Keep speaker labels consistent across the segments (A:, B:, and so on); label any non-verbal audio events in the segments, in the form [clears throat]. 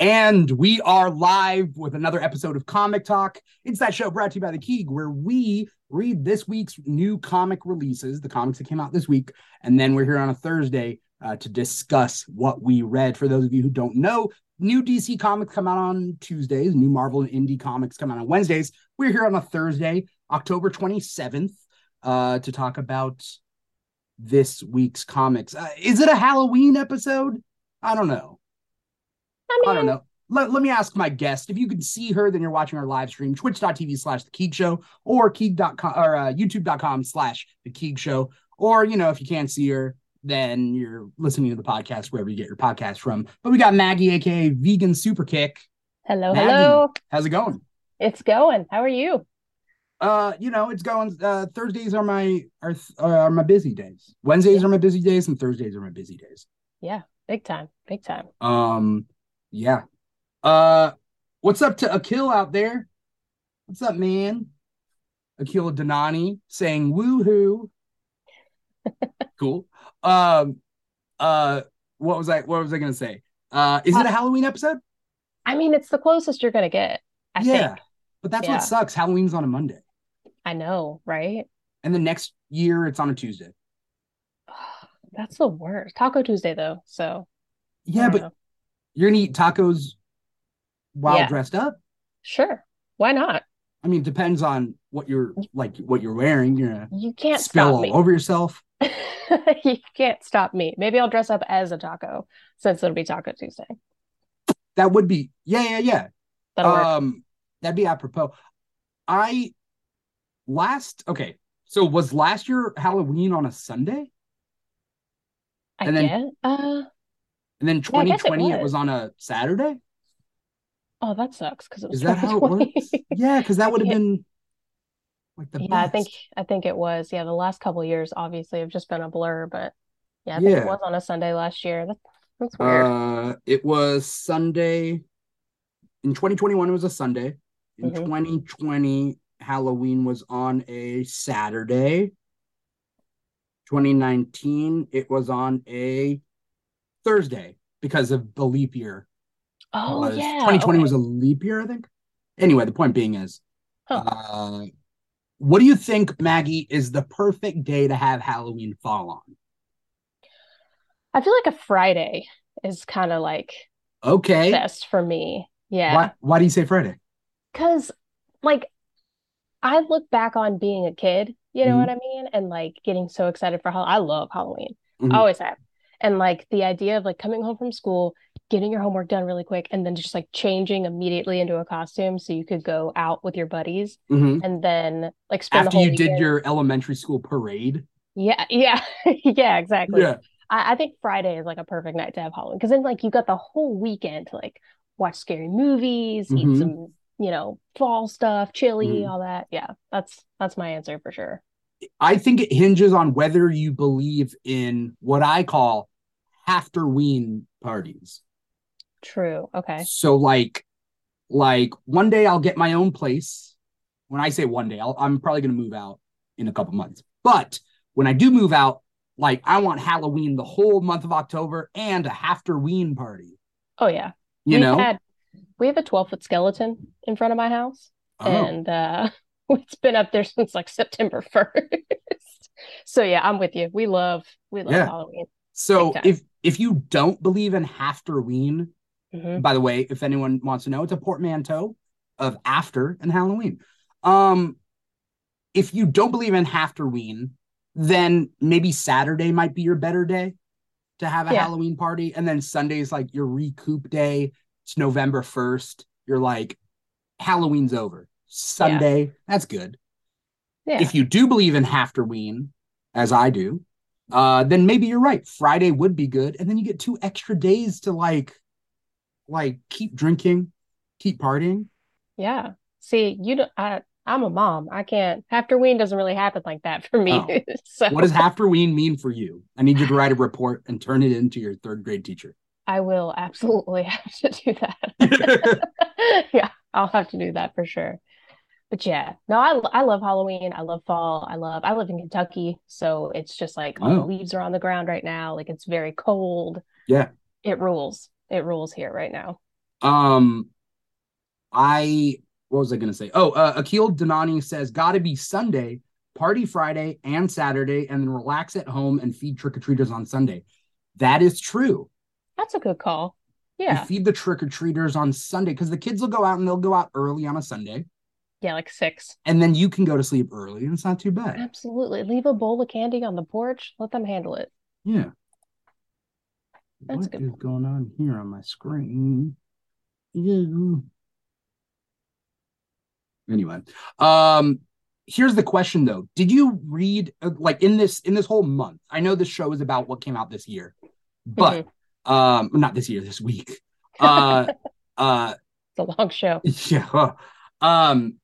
A: And we are live with another episode of Comic Talk. It's that show brought to you by The Keeg, where we read this week's new comic releases, the comics that came out this week. And then we're here on a Thursday uh, to discuss what we read. For those of you who don't know, new DC comics come out on Tuesdays, new Marvel and indie comics come out on Wednesdays. We're here on a Thursday, October 27th, uh, to talk about this week's comics. Uh, is it a Halloween episode? I don't know.
B: I mean,
A: I don't know. Let, let me ask my guest. If you can see her, then you're watching our live stream, twitch.tv slash the Keeg Show or Keeg.com or uh, youtube.com slash the Keeg Show. Or, you know, if you can't see her, then you're listening to the podcast wherever you get your podcast from. But we got Maggie, aka Vegan Superkick.
B: Hello,
A: Maggie.
B: hello.
A: How's it going?
B: It's going. How are you?
A: Uh, you know, it's going. Uh, Thursdays are my are, th- are my busy days. Wednesdays are my busy days, and Thursdays are my busy days.
B: Big time. Big time.
A: Um, yeah. Uh, what's up to Akil out there? What's up, man? Akil Danani saying
B: [laughs]
A: woohoo. cool. Um, uh, what was I? What was I gonna say? Uh, is it a Halloween episode?
B: I mean, it's the closest you're gonna get. I
A: yeah,
B: think.
A: but that's
B: Yeah.
A: what sucks. Halloween's on a Monday,
B: I know, right? [sighs]
A: and the next year it's on a Tuesday.
B: That's the worst. Taco Tuesday though. So I
A: Yeah,
B: don't
A: but
B: know.
A: you're gonna eat tacos while
B: Yeah.
A: dressed up.
B: sure. Why not?
A: I mean, it depends on what you're like, what you're wearing. You're gonna
B: You can't
A: spill
B: stop
A: all
B: me.
A: over yourself.
B: [laughs] you can't stop me. Maybe I'll dress up as a taco since it'll be Taco Tuesday.
A: That would be yeah, yeah, yeah.
B: That'll work.
A: Um, that'd be apropos. I last okay. So was last year Halloween on a Sunday,
B: I
A: and then-
B: get. Uh
A: and then
B: Yeah, I guess it
A: 2020 it
B: was.
A: was on a Saturday.
B: oh, that sucks because it was
A: Is that
B: [laughs]
A: how it
B: 2020.
A: works? Yeah, because that would have
B: Yeah.
A: been like the
B: yeah, I
A: best.
B: think I think it was. Yeah, the last couple of years obviously have just been a blur, but yeah, I think
A: Yeah.
B: it was on a Sunday last year. That's that's weird.
A: uh, it was Sunday in 2021. It was a Sunday. In
B: Mhm.
A: 2020, Halloween was on a Saturday. 2019, it was on a Thursday because of the leap year.
B: Oh
A: was
B: yeah.
A: 2020
B: okay.
A: was a leap year, I think. Anyway, the point being is,
B: Huh.
A: uh, what do you think, Maggie, is the perfect day to have Halloween fall on?
B: I feel like a Friday is kind of like
A: Okay,
B: best for me. Yeah.
A: why why do you say Friday?
B: Because like I look back on being a kid, you know
A: Mhm.
B: what I mean? And like getting so excited for Halloween. I love Halloween.
A: Mhm.
B: I always have. And like the idea of like coming home from school, getting your homework done really quick, and then just like changing immediately into a costume so you could go out with your buddies
A: Mhm.
B: and then like spend the
A: After
B: whole
A: you did
B: weekend-
A: your elementary school parade,
B: Yeah, [laughs] yeah, yeah, exactly.
A: yeah,
B: I, I think Friday is like a perfect night to have Halloween because then like you got the whole weekend to like watch scary movies,
A: Mhm.
B: eat some, you know, fall stuff, chili,
A: Mhm.
B: all that. Yeah, that's that's my answer for sure.
A: I think it hinges on whether you believe in what I call afterween parties.
B: True. Okay.
A: So like like one day I'll get my own place. When I say one day, I'll, I'm probably going to move out in a couple months. But when I do move out, like I want Halloween the whole month of October and a Halloween party.
B: Oh yeah.
A: You
B: We've
A: know,
B: had we have a 12 foot skeleton in front of my house
A: Oh,
B: and uh [laughs] it's been up there since like September [laughs] 1st. So yeah, I'm with you. We love we love
A: Yeah.
B: Halloween.
A: so
B: big time.
A: if if you don't believe in Halloween,
B: Mhm.
A: by the way, if anyone wants to know, it's a portmanteau of after and Halloween. Um, if you don't believe in Halloween, then maybe Saturday might be your better day to have a
B: Yeah.
A: Halloween party, and then Sunday's like your recoup day. It's November first. You're like, Halloween's over. Sunday, that's good.
B: Yeah.
A: If you do believe in Halloween, as I do, uh, then maybe you're right. Friday would be good, and then you get two extra days to like, like keep drinking, keep partying.
B: Yeah. See, you don't, I, I'm a mom. I can't. Halloween doesn't really happen like that for me.
A: Oh.
B: [laughs] So
A: What does Halloween mean for you? I need you to write a report and turn it into your third grade teacher.
B: I will absolutely [laughs] have to
A: [laughs]
B: do that. [laughs] Yeah, I'll have to do that for sure. But yeah, no, I, I love Halloween. I love fall. I love, I live in Kentucky. So it's just like all the
A: Wow.
B: leaves are on the ground right now. Like it's very cold.
A: Yeah.
B: It rules. It rules here right now.
A: Um, I what was I gonna say? Oh, uh, Akil Donani says gotta be Sunday, party Friday and Saturday, and then relax at home and feed trick or treaters on Sunday. That is true.
B: That's a good call.
A: You [laughs]
B: Yeah.
A: feed the trick or treaters on Sunday because the kids will go out and they'll go out early on a Sunday,
B: Yeah, like six.
A: and then you can go to sleep early, and it's not too bad.
B: Absolutely. Leave a bowl of candy on the porch. Let them handle it.
A: Yeah. What
B: That's
A: is
B: a good point.
A: going on here on my screen? Yeah. Anyway, um, here's the question though: Did you read uh, like in this in this whole month? I know this show is about what came out this year, but
B: Mm-hmm.
A: um, not this year, this week. Uh, uh,
B: [laughs] It's a long show.
A: [laughs] yeah. huh. Um,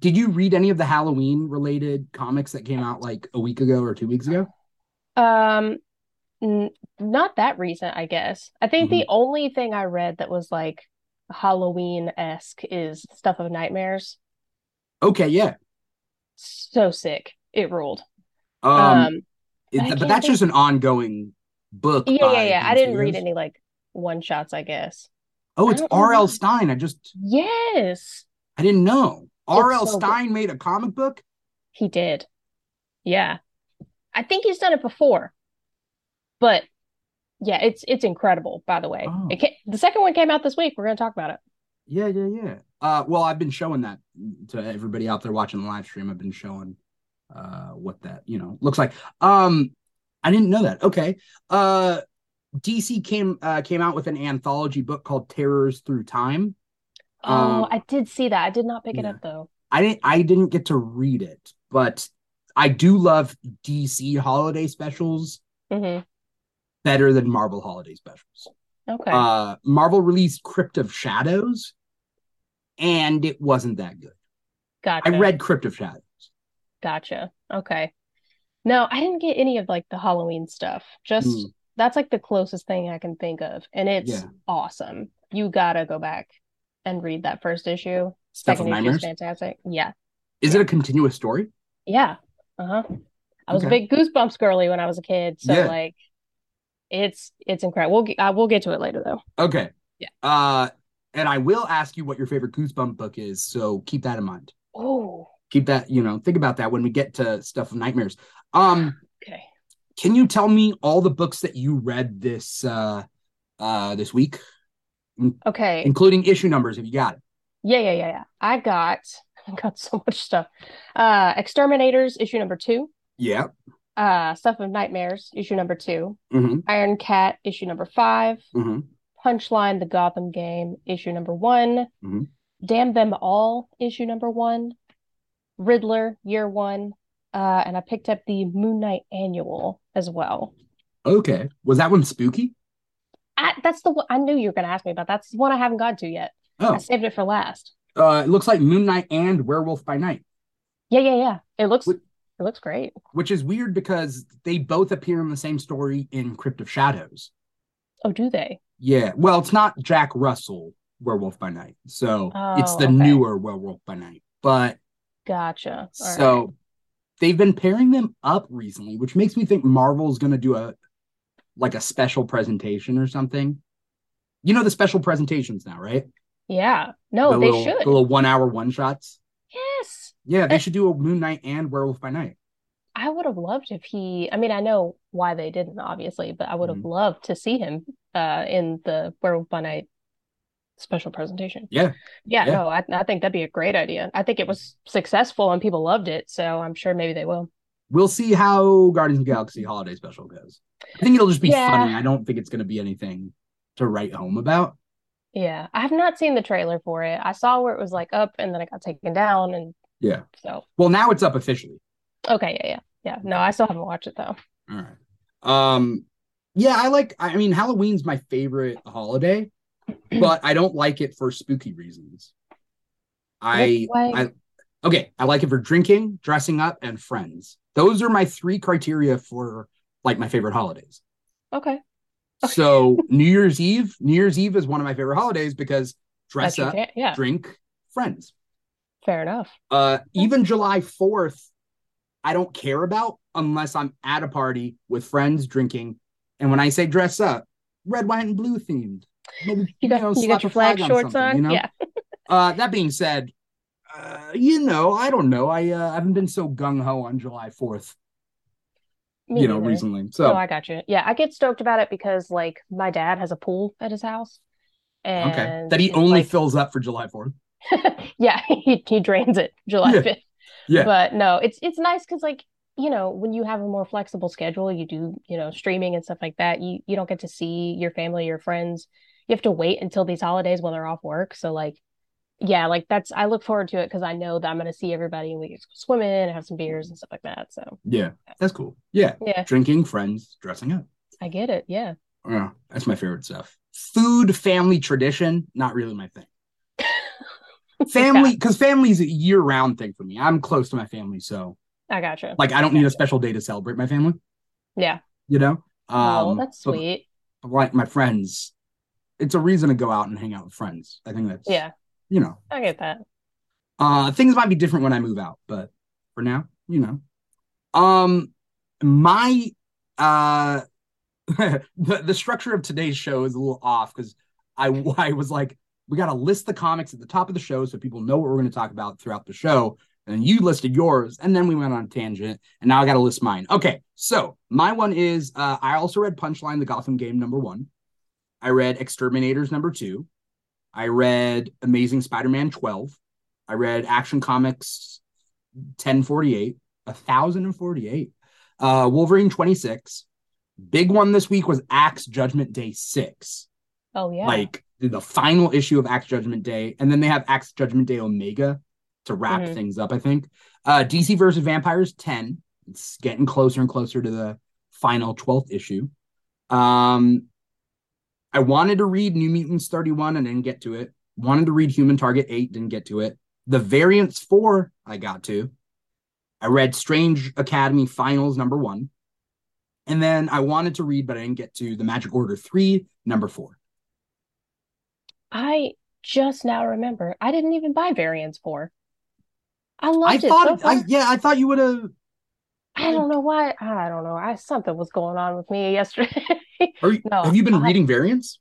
A: did you read any of the Halloween related comics that came out like a week ago or two weeks ago?
B: Um, n- not that recent, I guess. I think
A: Mm-hmm.
B: the only thing I read that was like Halloween-esque is Stuff of Nightmares.
A: Okay, yeah.
B: So sick. It ruled.
A: um
B: Um,
A: It-
B: I
A: but
B: can't
A: that's
B: think-
A: just an ongoing book.
B: yeah, yeah,
A: by
B: yeah. I
A: Dan
B: didn't read
A: Steers.
B: any like one shots, I guess.
A: Oh,
B: I
A: it's
B: don't know
A: R.L.
B: what-
A: Stein. I just
B: Yes,
A: I didn't know R.L.
B: so good.
A: Stein made a comic book.
B: he did. Yeah. I think he's done it before. But yeah, it's it's incredible, by the way.
A: Oh.
B: It ca- the second one came out this week. We're gonna talk about it.
A: Yeah, yeah, yeah. Uh, well, I've been showing that to everybody out there watching the live stream. I've been showing uh what that you know looks like. Um, I didn't know that. Okay. Uh, DC came uh came out with an anthology book called Terrors Through Time.
B: Oh,
A: Um,
B: I did see that. I did not pick it
A: yeah.
B: up though.
A: I didn't I didn't get to read it, but I do love DC holiday specials.
B: hmm
A: better than Marvel holiday specials.
B: Okay.
A: Uh, Marvel released Crypt of Shadows, and it wasn't that good. I
B: Gotcha.
A: read Crypt of Shadows.
B: Gotcha. Okay. No, I didn't get any of like the Halloween stuff. Just
A: Mm.
B: that's like the closest thing I can think of, and it's
A: Yeah.
B: awesome. You gotta go back and read that first issue.
A: Stuff of
B: Second issue is
A: Nightmares.
B: fantastic. Yeah.
A: Is it a continuous story?
B: Yeah. Uh-huh. I was a
A: Okay.
B: big Goosebumps girly when I was a kid, so
A: Yeah.
B: like it's it's incredible. We'll get I will get to it later though.
A: Okay.
B: Yeah.
A: Uh, and I will ask you what your favorite Goosebump book is, so keep that in mind.
B: Oh,
A: Keep that, you know, think about that when we get to stuff of nightmares. Um,
B: okay.
A: can you tell me all the books that you read this uh uh this week,
B: Okay.
A: including issue numbers if you got it?
B: Yeah, yeah, yeah, yeah. I got [laughs] I got so much stuff. Uh Exterminators issue number 2,
A: Yeah.
B: uh Stuff of Nightmares issue number 2,
A: hmm
B: Iron Cat issue number 5,
A: hmm
B: Punchline the Gotham Game issue number one
A: Mhm.
B: Damn Them All issue number 1, Riddler year 1, uh and I picked up the Moon Knight annual as well.
A: Okay. Was that one spooky?
B: I, that's the one I knew you were going to ask me about. That's the one I haven't gotten to yet.
A: Oh.
B: I saved it for last.
A: Uh, it looks like Moon Knight and Werewolf by Night,
B: Yeah, yeah, yeah. It looks
A: Wh-
B: it looks great.
A: which is weird because they both appear in the same story in Crypt of Shadows.
B: Oh, do they?
A: Yeah, well, it's not Jack Russell Werewolf by Night, so it's
B: Oh,
A: the
B: okay.
A: newer Werewolf by Night. But
B: Gotcha. All right.
A: so they've been pairing them up recently, which makes me think Marvel's going to do a like a special presentation or something. You know the special presentations now, right?
B: Yeah. No,
A: the
B: Oh, they
A: little,
B: should.
A: the little one-hour one-shots.
B: Yes.
A: Yeah, they
B: Eh.
A: should do a Moon Knight and Werewolf by Night.
B: I would have loved if he, I mean, I know why they didn't, obviously, but I would have
A: Mhm.
B: loved to see him uh in the Werewolf by Night special presentation.
A: Yeah.
B: Yeah,
A: Yeah.
B: no, I, I think that'd be a great idea. I think it was successful and people loved it, so I'm sure maybe they will.
A: we'll see how Guardians of the Galaxy holiday special goes. I think it'll just be
B: Yeah.
A: funny. I don't think it's going to be anything to write home about.
B: Yeah. I have not seen the trailer for it. I saw where it was like up and then it got taken down and
A: Yeah.
B: so
A: Well, now it's up officially.
B: okay, yeah, yeah. Yeah. No, I still haven't watched it though.
A: All right. Um yeah, I like I mean Halloween's my favorite holiday,
B: [clears throat]
A: but I don't like it for spooky reasons. I
B: Which way?
A: I okay, I like it for drinking, dressing up and friends. Those are my three criteria for like my favorite holidays.
B: Okay.
A: So, New Year's Eve, New Year's Eve is one of my favorite holidays because dress
B: That's your
A: up,
B: jam- yeah,
A: drink, friends.
B: fair enough.
A: Uh, even July 4th, I don't care about unless I'm at a party with friends drinking. And when I say dress up, red, white, and blue themed. Maybe,
B: You got
A: know,
B: you
A: slap
B: got
A: a
B: your flag
A: on
B: shorts
A: something,
B: on.
A: you know?
B: Yeah.
A: Uh, that being said, uh, you know, I don't know. I uh, haven't been so gung ho on July Fourth,
B: Me
A: you know,
B: neither.
A: recently.
B: No,
A: So
B: Oh, I got you. Yeah, I get stoked about it because like my dad has a pool at his house,
A: okay,
B: and
A: that he
B: it's
A: only
B: like-
A: fills up for July Fourth.
B: [laughs] yeah, he he drains it July
A: Yeah.
B: 5th.
A: Yeah.
B: But no, it's it's nice because like, you know, when you have a more flexible schedule, you do, you know, streaming and stuff like that, you you don't get to see your family, your friends. You have to wait until these holidays when they're off work. So like, yeah, like that's I look forward to it because I know that I'm gonna see everybody and we get to go swimming and have some beers and stuff like that. So
A: Yeah, that's cool. Yeah,
B: yeah,
A: drinking, friends, dressing up.
B: I get it. Yeah.
A: Yeah, that's my favorite stuff. Food, family tradition, not really my
B: [laughs]
A: thing. Family, because family's a year-round thing for me. I'm close to my family, so
B: I gotcha.
A: like I don't need a special day to celebrate my family.
B: Yeah.
A: You know,
B: Oh,
A: Um,
B: that's
A: but-
B: sweet.
A: but like my friends, it's a reason to go out and hang out with friends. I think that's
B: Yeah,
A: you know,
B: I get that.
A: uh things might be different when I move out, but for now, you know. Um my uh [laughs] the, the structure of today's show is a little off because I [laughs] I was like, we gotta list the comics at the top of the show so people know what we're gonna talk about throughout the show. And you listed yours, and then we went on a tangent, and now I gotta list mine. Okay, so my one is uh I also read Punchline the Gotham game number one. I read Exterminators number two. I read Amazing Spider-Man 12. I read Action Comics 1048, 1048, uh, Wolverine 26. Big one this week was Axe Judgment Day 6.
B: Oh yeah.
A: Like the final issue of Axe Judgment Day. And then they have Axe Judgment Day Omega to wrap
B: Mhm.
A: things up, I think. Uh, DC versus Vampires 10. It's getting closer and closer to the final 12th issue. Um, I wanted to read New Mutants 31 and didn't get to it. Wanted to read Human Target 8, didn't get to it. The Variants 4, I got to. I read Strange Academy Finals number one. And then I wanted to read, but I didn't get to The Magic Order 3, number four.
B: I just now remember I didn't even buy variants four. I loved
A: I
B: it
A: thought,
B: so far.
A: I, yeah, I thought you would have.
B: I don't know why. I don't know. I something was going on with me [laughs] yesterday.
A: Are you,
B: No,
A: have you been
B: I-
A: reading Variants?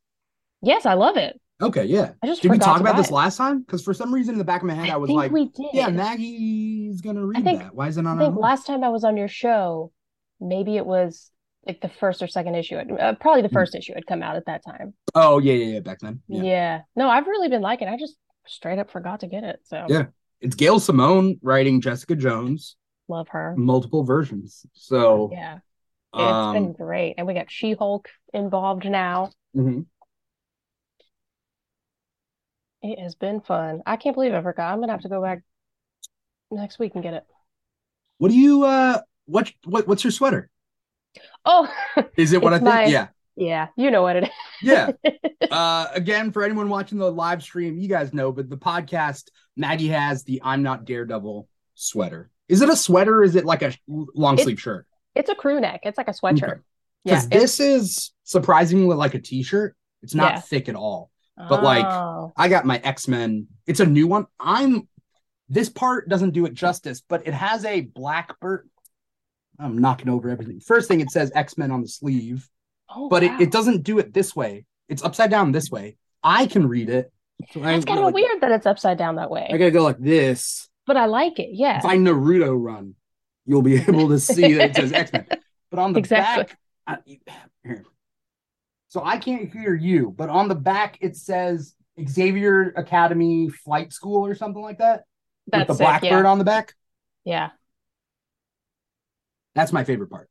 B: Yes, I love it.
A: Okay, yeah.
B: I just
A: Did we
B: forgot
A: talk
B: to
A: about
B: buy
A: this
B: it.
A: last time? Because for some reason in the back of my head, I,
B: I
A: was
B: think
A: like,
B: we did.
A: yeah, uh-huh. Maggie's going to read
B: think-
A: that. Why is it
B: I
A: not
B: think
A: on? our-
B: last time I was on your show, maybe it was like the first or second issue. Uh, probably the
A: Hmm.
B: first issue had come out at that time.
A: Oh, yeah, yeah, yeah, back then.
B: Yeah.
A: Yeah.
B: No, I've really been liking it. I just straight up forgot to get it. So
A: Yeah. It's Gail Simone writing Jessica Jones,
B: love her.
A: multiple versions. So,
B: Yeah. It's
A: um,
B: been great. And we got She-Hulk involved now.
A: mhm.
B: It has been fun. I can't believe I forgot. I'm gonna have to go back next week and get it.
A: What do you uh what what what's your sweater?
B: Oh, [laughs]
A: Is it what
B: It's
A: I
B: my-
A: think? Yeah.
B: yeah, you know what it
A: Yeah.
B: is. [laughs]
A: Uh again for anyone watching the live stream, you guys know, but the podcast Maggie has the I'm not Daredevil sweater. Is it a sweater or is it like a long sleeve shirt?
B: It's a crew neck. It's like a sweatshirt.
A: Okay.
B: Yeah,
A: Cuz this is surprisingly like a t-shirt. It's not
B: Yeah.
A: thick at all.
B: it-
A: but, like,
B: Oh,
A: I got my X-Men. It's a new one. I'm this part doesn't do it justice, but it has a black bird. I'm knocking over everything. First thing it says X-Men on the sleeve.
B: oh,
A: but it,
B: wow.
A: it doesn't do it this way. It's upside down this way. I can read it. So I
B: It's kind
A: go
B: of
A: like-
B: weird that it's upside down that way,
A: I gotta go like this.
B: but I like it. Yeah,
A: If I Naruto run, you'll be able to see that it says X Men. But on the
B: Exactly.
A: back, I, here. so I can't hear you. But on the back, it says Xavier Academy Flight School or something like that with
B: that's it.
A: the blackbird
B: Yeah,
A: on the back.
B: yeah,
A: That's my favorite part.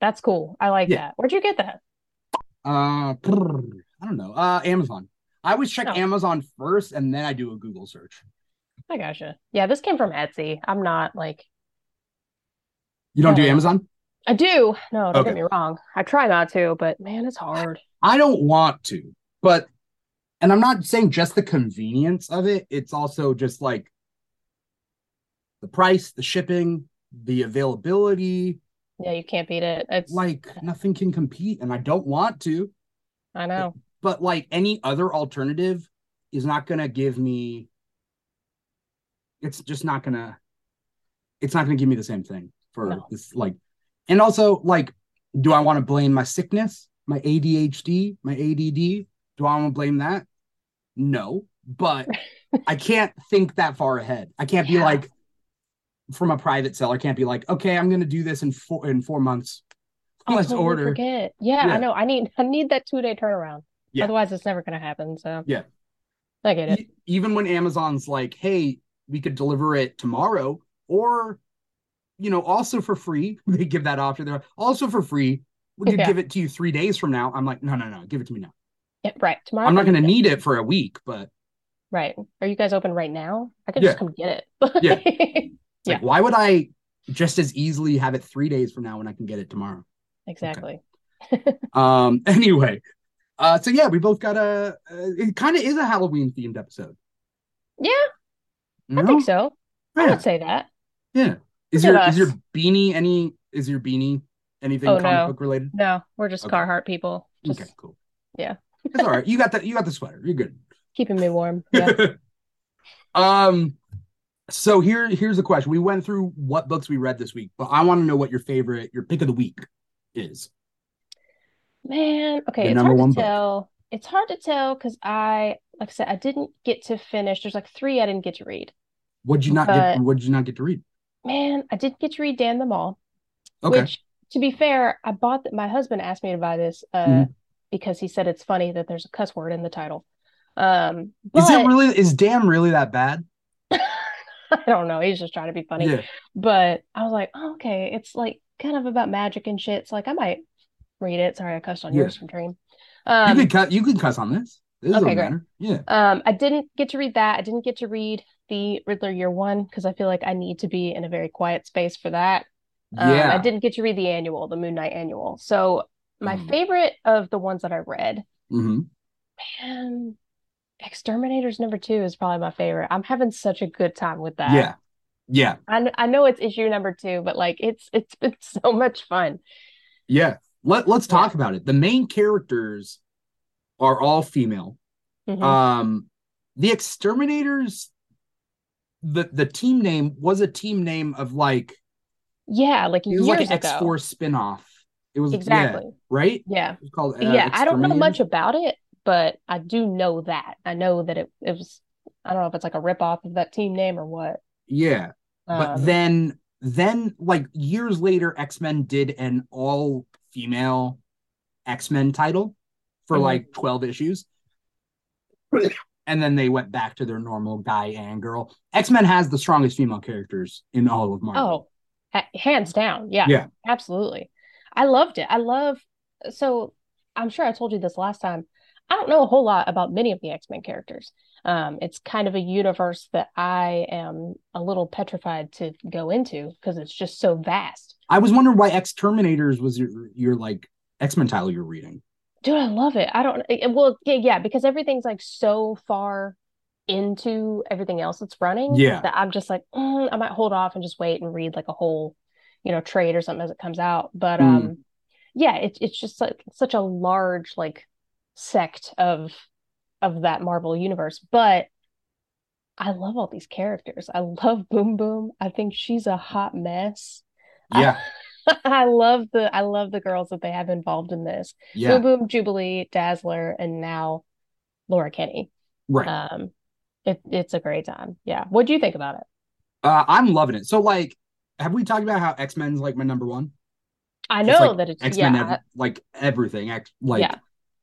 B: that's cool. I like
A: Yeah.
B: that. Where'd you get that?
A: Uh, brr, I don't know. Uh, Amazon. I always check
B: Oh.
A: Amazon first, and then I do a Google search.
B: I gotcha. Yeah, this came from Etsy. I'm not like
A: You don't do
B: No.
A: Amazon?
B: I do. No, don't
A: Okay.
B: get me wrong. I try not to, but man, it's hard.
A: I don't want to, but and I'm not saying just the convenience of it. It's also just like the price, the shipping, the availability.
B: Yeah, you can't beat it. It's
A: Like nothing can compete, and I don't want to.
B: I know.
A: But like any other alternative is not gonna give me. It's just not gonna. It's not gonna give me the same thing for
B: No.
A: this. Like, and also like, do I want to blame my sickness, my ADHD, my ADD? Do I want to blame that? No,
B: [laughs]
A: but I can't think that far ahead. I can't be
B: Yeah.
A: like, from a private seller, can't be like, okay, I'm going to do this in four in four months.
B: Oh, I
A: Let's
B: totally
A: order.
B: Forget. Yeah,
A: Yeah.
B: I know. I need I need that two day turnaround.
A: Yeah.
B: Otherwise, it's never gonna happen. So
A: Yeah.
B: I get it.
A: E- even when Amazon's like, hey, we could deliver it tomorrow or, you know, also for free, [laughs] they give that option. They're like, also for free. We could
B: Yeah.
A: give it to you three days from now. I'm like, no, no, no, give it to me now.
B: Yeah, right. Tomorrow.
A: I'm not going to
B: Yeah.
A: need it for a week, but
B: Right. Are you guys open right now? I could
A: Yeah.
B: just come get
A: Yeah.
B: it. [laughs]
A: it's like, why would I just as easily have it three days from now when I can get it tomorrow?
B: Exactly.
A: Um, [laughs] anyway, uh, so yeah, we both got a, uh, it kind of is a Halloween themed episode.
B: Yeah,
A: No?
B: I think so. I
A: Yeah.
B: would say that.
A: Is
B: Look
A: your
B: at
A: is your
B: us.
A: beanie any is your beanie anything
B: Oh,
A: comic
B: no.
A: book related?
B: No, we're just
A: Okay.
B: Carhartt people. Just
A: okay, cool.
B: yeah.
A: it's all right. You got that you got the sweater. You're good.
B: keeping
A: [laughs]
B: me warm. Yeah.
A: um so here here's the question. We went through what books we read this week, but I want to know what your favorite your pick of the week is.
B: Man, okay,
A: Your
B: it's
A: number
B: hard to
A: one book.
B: tell. It's hard to tell because I, like I said, I didn't get to finish. There's like three I didn't get to read.
A: What'd you not
B: Uh,
A: get what'd you not get to read?
B: Man, I didn't get to read Dan the Mall.
A: Okay.
B: Which, to be fair, I bought that. My husband asked me to buy this uh,
A: Mhm.
B: because he said it's funny that there's a cuss word in the title. Um,
A: is it
B: but
A: really is damn really that bad?
B: [laughs] I don't know. He's just trying to be funny.
A: Yeah.
B: But I was like, oh, okay, it's like kind of about magic and shit. It's like I might read it. Sorry, I cussed on
A: Yeah.
B: yours from Dream. Um,
A: you could cut you could cuss on this. This
B: okay,
A: doesn't
B: great.
A: matter. Yeah.
B: um, I didn't get to read that. I didn't get to read the Riddler Year One because I feel like I need to be in a very quiet space for that. Um,
A: yeah.
B: I didn't get to read the annual, the Moon Knight annual. So my
A: Mm.
B: favorite of the ones that I read,
A: hmm
B: man, Exterminators number two is probably my favorite. I'm having such a good time with that.
A: Yeah. Yeah.
B: I, kn- I know it's issue number two, but like it's it's been [laughs] so much fun.
A: Yeah. Let, let's
B: Yeah.
A: talk about it. The main characters are all female.
B: Mhm.
A: Um, the exterminators, the the team name was a team name of like
B: yeah, like
A: it was like
B: years
A: an X
B: ago.
A: Force spinoff. It was yeah,
B: Exactly.
A: right.
B: Yeah.
A: It was called uh,
B: Yeah, I don't know much
A: Exterminators.
B: about it, but I do know that. I know that it, it was, I don't know if it's like a ripoff of that team name or what.
A: Yeah, but
B: Um,
A: then then like years later, X Men did an all female X Men title for
B: Mhm.
A: like twelve issues. And then they went back to their normal guy and girl. X Men has the strongest female characters in all of Marvel.
B: oh, ha- hands down. Yeah,
A: Yeah.
B: absolutely. I loved it. I love, so I'm sure I told you this last time. I don't know a whole lot about many of the X-Men characters. Um, it's kind of a universe that I am a little petrified to go into because it's just so vast.
A: I was wondering why X Terminators was your, your like X Men title you're reading.
B: Dude, I love it. I don't, it- well, yeah, yeah, because everything's like so far into everything else that's running
A: Yeah.
B: that I'm just like, mm, I might hold off and just wait and read like a whole, you know, trade or something as it comes out. But
A: Mm.
B: um, yeah, it's it's just like such a large like sect of of that Marvel universe. But I love all these characters. I love Boom Boom. I think she's a hot mess. I-
A: Yeah,
B: [laughs] I love the I love the girls that they have involved in this.
A: yeah,
B: Boom Boom, Jubilee, Dazzler, and now Laura Kenny.
A: right. Uh,
B: Um, it, it's a great time. Yeah. What do you think about it?
A: I'm loving it. So like, have we talked about how X Men's like my number one?
B: I
A: It's
B: know
A: like
B: that it's
A: X Men,
B: yeah, I-
A: like everything. X like,
B: Yeah.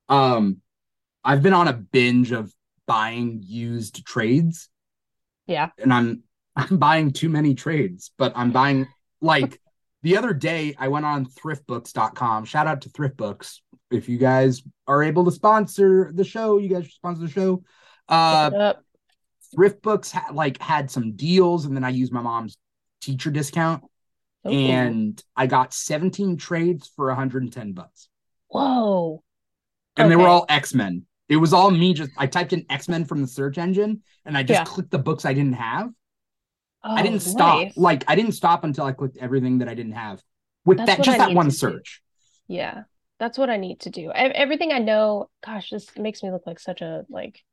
A: um, I've been on a binge of buying used trades.
B: Yeah.
A: and I'm [laughs] I'm buying too many trades, but I'm buying like the other day I went on thriftbooks.com. Shout out to thriftbooks. If you guys are able to sponsor the show, you guys should sponsor the show. Uh
B: [laughs] Pick it up.
A: thriftbooks ha- like had some deals and then I used my mom's teacher discount
B: Ooh.
A: and I got 17 trades for 110 bucks.
B: whoa.
A: And they were
B: Okay.
A: all X-Men. It was all me just I typed in X-Men from the search engine and I just
B: Yeah.
A: clicked the books I didn't have. I
B: Oh,
A: didn't stop.
B: nice.
A: Like I didn't stop until I clicked everything that I didn't have with
B: That's
A: that
B: what
A: just
B: I
A: that
B: need
A: one
B: to do.
A: search.
B: Yeah, that's what I need to do. Ev- Everything I know, gosh, this makes me look like such a like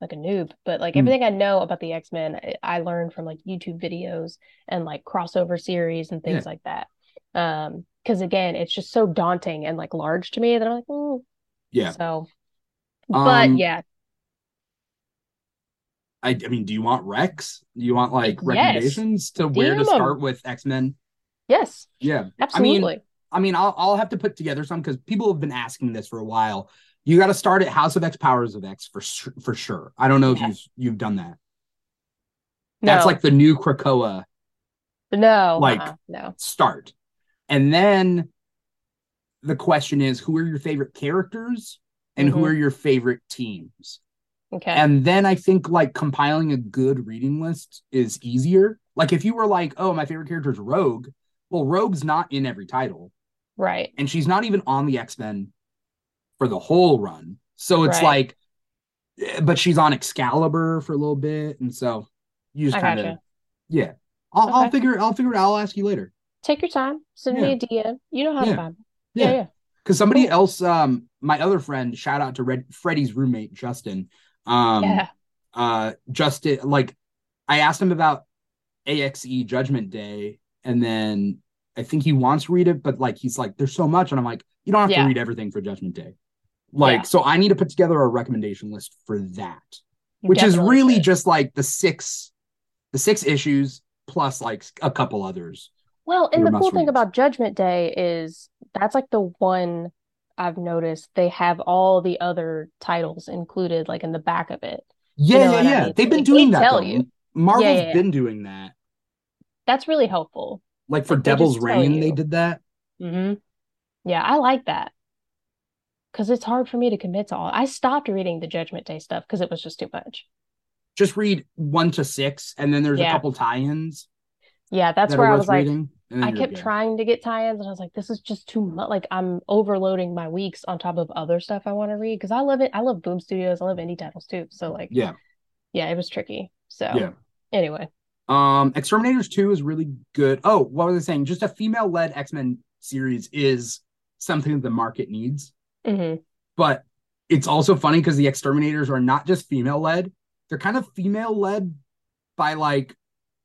B: like a noob, but like
A: Mm.
B: everything I know about the X-Men, I, I learned from like YouTube videos and like crossover series and things like that. Um, because again, it's just so daunting and like large to me that I'm like, mm.
A: Yeah.
B: So But
A: Um,
B: yeah,
A: I, I mean, do you want Rex? Do you want like
B: Yes.
A: recommendations to where to
B: Damn 'em.
A: start with X Men?
B: yes,
A: Yeah,
B: absolutely.
A: I mean, I'll I'll have to put together some because people have been asking this for a while. You got to start at House of X, Powers of X for su- for sure. I don't know if
B: Yeah.
A: you've you've done that.
B: no,
A: That's like the new Krakoa
B: no,
A: like-
B: uh-uh, no.
A: start, and then the question is, who are your favorite characters and who
B: Mhm.
A: are your favorite teams?
B: Okay.
A: And then I think like compiling a good reading list is easier. Like if you were like, oh, my favorite character is Rogue. Well, Rogue's not in every title.
B: right.
A: and she's not even on the X Men for the whole run. So it's
B: Right.
A: like, but she's on Excalibur for a little bit, and so you just
B: I
A: kind of,
B: gotcha.
A: yeah. I'll, I'll
B: Okay.
A: figure. I'll figure it. out. I'll ask you later
B: Take your time. Send me a DM. You know how
A: Yeah.
B: to find me. Yeah,
A: Yeah.
B: yeah.
A: because somebody
B: Cool.
A: else, um, my other friend, shout out to Red Freddie's roommate Justin, um,
B: yeah.
A: uh, Justin. Like, I asked him about AXE Judgment Day, and then I think he wants to read it, but like he's like, there's so much, and I'm like, you don't have
B: Yeah.
A: to read everything for Judgment Day. Like,
B: Yeah.
A: so I need to put together a recommendation list for that, which is
B: Definitely
A: really
B: should.
A: just like the six, the six issues plus like a couple others.
B: Well, and
A: your
B: the cool thing
A: must-reads.
B: about Judgment Day is that's like the one I've noticed they have all the other titles included, like in the back of it.
A: Yeah,
B: know
A: yeah,
B: what I
A: yeah.
B: mean?
A: They've been
B: Like,
A: doing
B: they
A: that.
B: tell
A: though.
B: you.
A: Marvel's
B: Yeah, yeah, yeah.
A: been doing that.
B: That's really helpful.
A: Like for
B: Like, they
A: Devil's
B: just tell
A: Reign, they
B: you.
A: did that.
B: hmm Yeah, I like that because it's hard for me to commit to all. I stopped reading the Judgment Day stuff because it was just too much.
A: Just read one to six, and then there's a
B: Yeah.
A: couple tie-ins
B: Yeah, that's
A: that
B: where
A: are
B: I
A: worth
B: was like,
A: reading. and then
B: I
A: you're
B: kept
A: good.
B: trying to get tie-ins and I was like, this is just too much. Like I'm overloading my weeks on top of other stuff I want to read because I love it. I love Boom Studios. I love indie titles too. So like,
A: Yeah,
B: yeah, it was tricky. So
A: yeah.
B: anyway,
A: Um, Exterminators 2 is really good. Oh, what was I saying? Just a female led X Men series is something that the market needs.
B: Mhm.
A: But it's also funny because the Exterminators are not just female led, they're kind of female led by like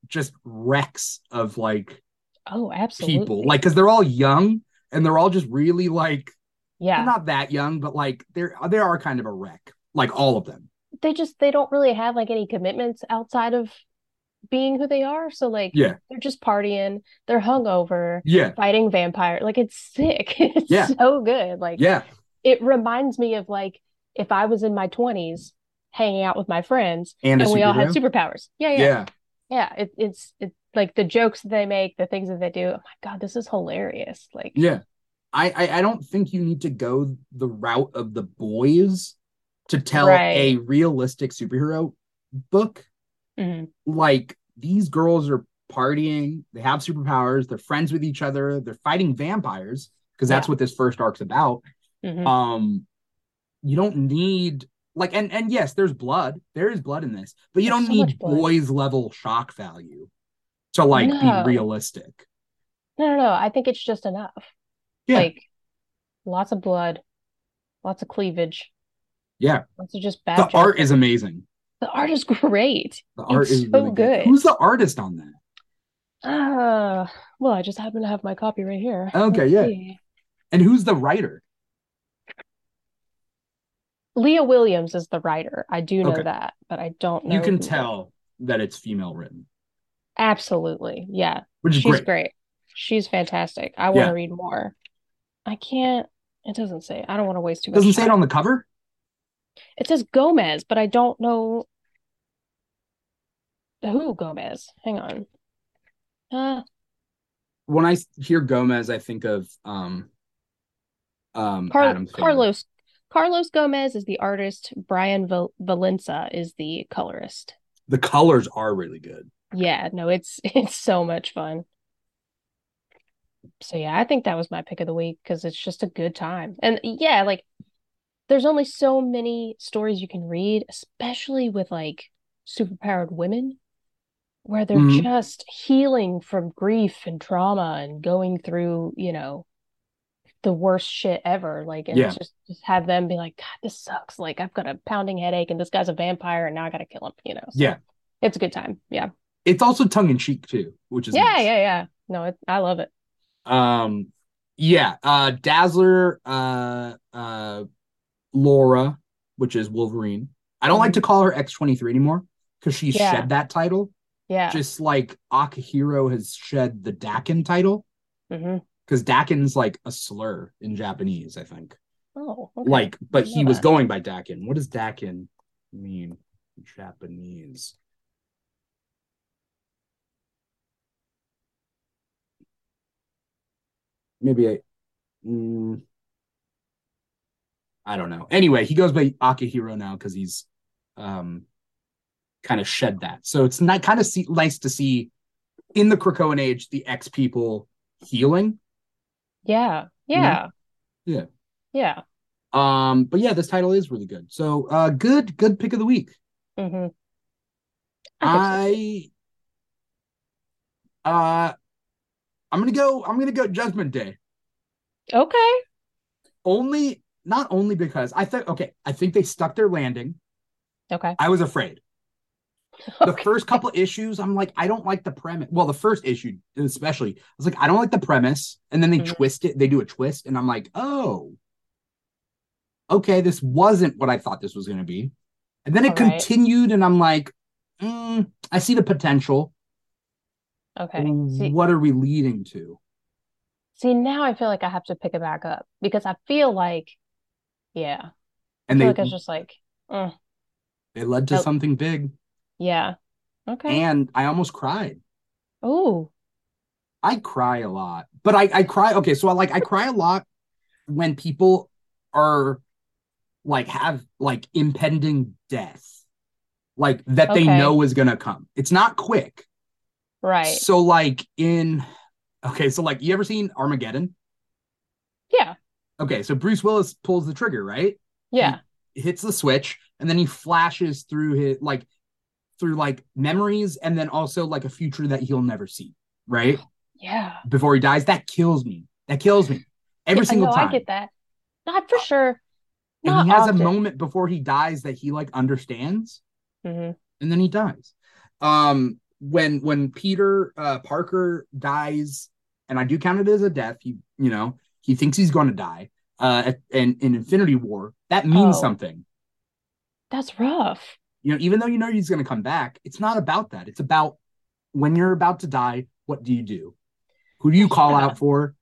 A: just wrecks of like
B: Oh,
A: people,
B: absolutely.
A: like because they're all young and they're all just really like they're
B: yeah,
A: not that young, but like they're they are kind of a wreck, like all of them.
B: they just they don't really have like any commitments outside of being who they are. So like,
A: Yeah.
B: they're just partying. They're hungover,
A: Yeah,
B: fighting vampire. Like it's sick. [laughs] It's
A: Yeah.
B: so good. Like
A: yeah,
B: it reminds me of like if I was in my 20s hanging out with my friends.
A: and,
B: and
A: a
B: we all
A: superhero.
B: have superpowers. Yeah, yeah, yeah.
A: yeah,
B: It, it's it's like the jokes that they make, the things that they do. Oh my god, this is hilarious! Like,
A: Yeah. I, I I don't think you need to go the route of the boys to tell
B: Right.
A: a realistic superhero book.
B: mhm,
A: Like these girls are partying, they have superpowers, they're friends with each other, they're fighting vampires because that's what this first arc's about.
B: mhm.
A: Um you don't need like and and yes, there's blood. There is blood in this, but you
B: There's
A: don't
B: so
A: need
B: much blood.
A: boys level shock value to like
B: No.
A: be realistic.
B: no, no, no. I think it's just enough.
A: Yeah.
B: Like, lots of blood, lots of cleavage,
A: Yeah.
B: lots of just bad.
A: The
B: jokes.
A: art is amazing.
B: the art is great.
A: The art
B: It's
A: is
B: so
A: really good.
B: good.
A: Who's the artist on that?
B: Ah, well, I just happen to have my copy right here.
A: Okay,
B: Let's
A: yeah.
B: see.
A: And who's the writer?
B: Leah Williams is the writer. I do know
A: Okay.
B: that, but I don't know
A: you can
B: who-
A: tell that it's female written,
B: Absolutely. Yeah.
A: which is
B: She's
A: great.
B: great. She's fantastic. I
A: Yeah.
B: want to read more. I can't. It doesn't say. I don't want to waste too much
A: Doesn't say it
B: time.
A: on the cover.
B: It says Gomez, but I don't know who Gomez. Hang on. Uh,
A: When I hear Gomez, I think of um, um,
B: Car-
A: Adam Sandler.
B: Carlos. Carlos Gomez is the artist. Brian Val- Valenza is the colorist.
A: The colors are really good.
B: Yeah, no, it's [laughs] it's so much fun. So yeah, I think that was my pick of the week because it's just a good time. And yeah, like there's only so many stories you can read, especially with like superpowered women, where they're
A: Mhm.
B: just healing from grief and trauma and going through, you know, the worst shit ever. Like, and
A: Yeah.
B: just just have them be like, God, this sucks. Like, I've got a pounding headache, and this guy's a vampire, and now I gotta kill him. You know, so
A: Yeah.
B: it's a good time. Yeah,
A: It's also tongue in cheek too, which is
B: yeah,
A: nice.
B: yeah, yeah. No, it, I love it.
A: Um, yeah. Uh, Dazzler. Uh, uh, Laura which is Wolverine. I don't like to call her X23 anymore because she
B: Yeah.
A: shed that title.
B: Yeah.
A: Just like Akihiro has shed the Dakin title
B: hmm
A: because Dakin's like a slur in Japanese, I think.
B: Oh, okay.
A: Like, but
B: know
A: he was
B: that.
A: going by Dakin. What does Dakin mean in Japanese? Maybe I. mm, I don't know. Anyway, he goes by Akihiro now because he's um, kind of shed that. So it's not kind of see, nice to see in the Krakoan age the X people healing.
B: Yeah.
A: know?
B: Yeah.
A: Yeah.
B: Yeah.
A: Um, but yeah, this title is really good. So uh good, good pick of the week.
B: hmm
A: I uh I'm gonna go I'm gonna go Judgment Day.
B: okay.
A: Only not only because I thought okay, I think they stuck their landing.
B: Okay.
A: I was afraid. The
B: Okay.
A: first
B: [laughs]
A: couple issues, I'm like, I don't like the premise. Well, the first issue especially, I was like, I don't like the premise. And then they
B: Mhm.
A: twist it, they do a twist, and I'm like, oh. Okay, this wasn't what I thought this was gonna be. And then it
B: All right.
A: continued, and I'm like, mm, I see the potential.
B: Okay. See,
A: What are we leading to?
B: see, now I feel like I have to pick it back up because I feel like, yeah, I
A: And they
B: feel like it's just like, mm,
A: they led to
B: Oh Nope.
A: something big.
B: yeah. Okay.
A: And I almost cried.
B: Ooh.
A: I cry a lot, but I I cry. Okay, so I like I cry a lot when people are like have like impending death, like that they
B: Okay.
A: know is gonna come. It's not quick.
B: Right.
A: So like in okay, so like you ever seen Armageddon?
B: Yeah.
A: Okay, so Bruce Willis pulls the trigger, right?
B: Yeah.
A: Hmm. hits the switch and then he flashes through his like through like memories and then also like a future that he'll never see right
B: Yeah.
A: before he dies that kills me that kills me every
B: Yeah,
A: single
B: no,
A: time Uh,
B: I get that. Not for sure.
A: and
B: Not
A: he has
B: often.
A: a moment before he dies that he like understands
B: Mhm.
A: and then he dies um when when peter uh parker dies and i do count it as a death he you know he thinks he's going to die uh at- and in infinity war that means
B: Oh.
A: something
B: That's rough.
A: you know, even though you know he's going to come back, it's not about that. It's about when you're about to die, what do you do? Who do you call
B: Yeah.
A: out for?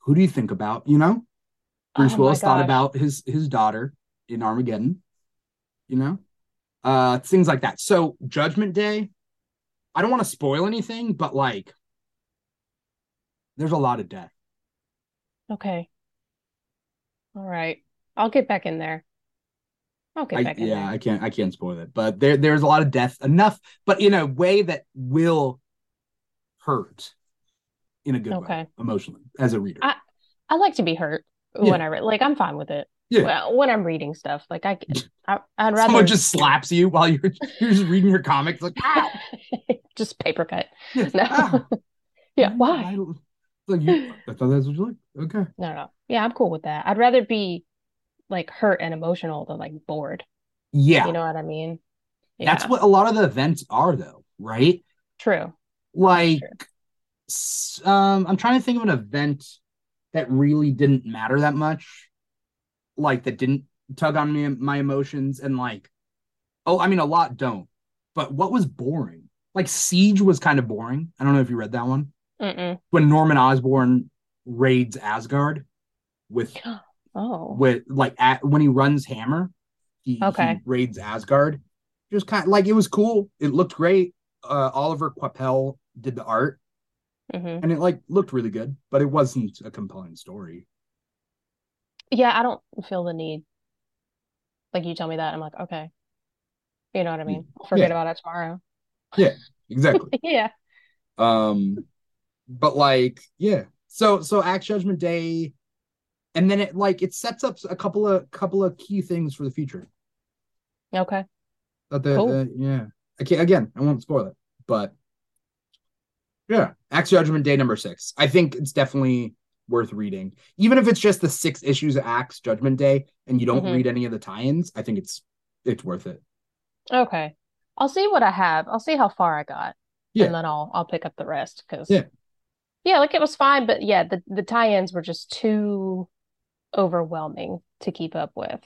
A: Who do you think about? You know, Bruce
B: Oh my
A: Willis thought
B: gosh.
A: about his his daughter in Armageddon. You know, uh, things like that. So Judgment Day, I don't want to spoil anything, but like, there's a lot of death.
B: Okay. All right. I'll get back in there. I'll get
A: I,
B: back in
A: yeah,
B: there.
A: I can't I can't spoil it, but there there's a lot of death enough, but in a way that will hurt in a good way
B: Okay.
A: emotionally as a reader.
B: I like to be hurt
A: Yeah.
B: when I read. Like I'm fine with it.
A: Yeah.
B: Well, when I'm reading stuff, like I,
A: [laughs]
B: I I'd rather
A: Someone
B: [laughs]
A: just slaps you while you're, [laughs] you're just reading your comics like ah, ow.
B: Ah! just paper cut.
A: [laughs] Yeah,
B: [laughs] No.
A: ow.
B: [laughs] Yeah. Why?
A: I don't- like
B: [laughs]
A: you, I thought that's what you like. Okay.
B: No, no. Yeah, I'm cool with that. I'd rather be like hurt and emotional than like bored.
A: Yeah,
B: You know what I mean?
A: that's
B: Yeah.
A: what a lot of the events are though, right?
B: True.
A: Like
B: True.
A: s- um I'm trying to think of an event that really didn't matter that much. Like that didn't tug on me my emotions and like oh, I mean a lot don't. But what was boring? Like Siege was kind of boring. I don't know if you read that one.
B: Mm-mm.
A: when Norman Osborn raids Asgard with
B: Oh.
A: with like at, when he runs Hammer, he,
B: Okay.
A: he raids Asgard. Just kind of like it was cool. It looked great. Uh, Oliver Quapel did the art,
B: hmm
A: and it like looked really good, but it wasn't a compelling story.
B: Yeah, I don't feel the need. Like you tell me that, I'm like, okay. You know what I mean? Forget about it tomorrow. [laughs]
A: Exactly.
B: Yeah.
A: um, but like yeah. So so Act Judgment Day, and then it like it sets up a couple of couple of key things for the future.
B: Okay.
A: But the,
B: Cool.
A: the- yeah. I can't, again, I won't spoil it, but yeah. Axe Judgment Day number six. I think it's definitely worth reading. Even if it's just the six issues of Axe Judgment Day and you don't
B: Mhm.
A: read any of the tie-ins, I think it's it's worth it.
B: Okay. I'll see what I have. I'll see how far I got.
A: Yeah.
B: And then I'll I'll pick up the rest because
A: Yeah.
B: yeah, like it was fine, but yeah, the the tie-ins were just too overwhelming to keep up with.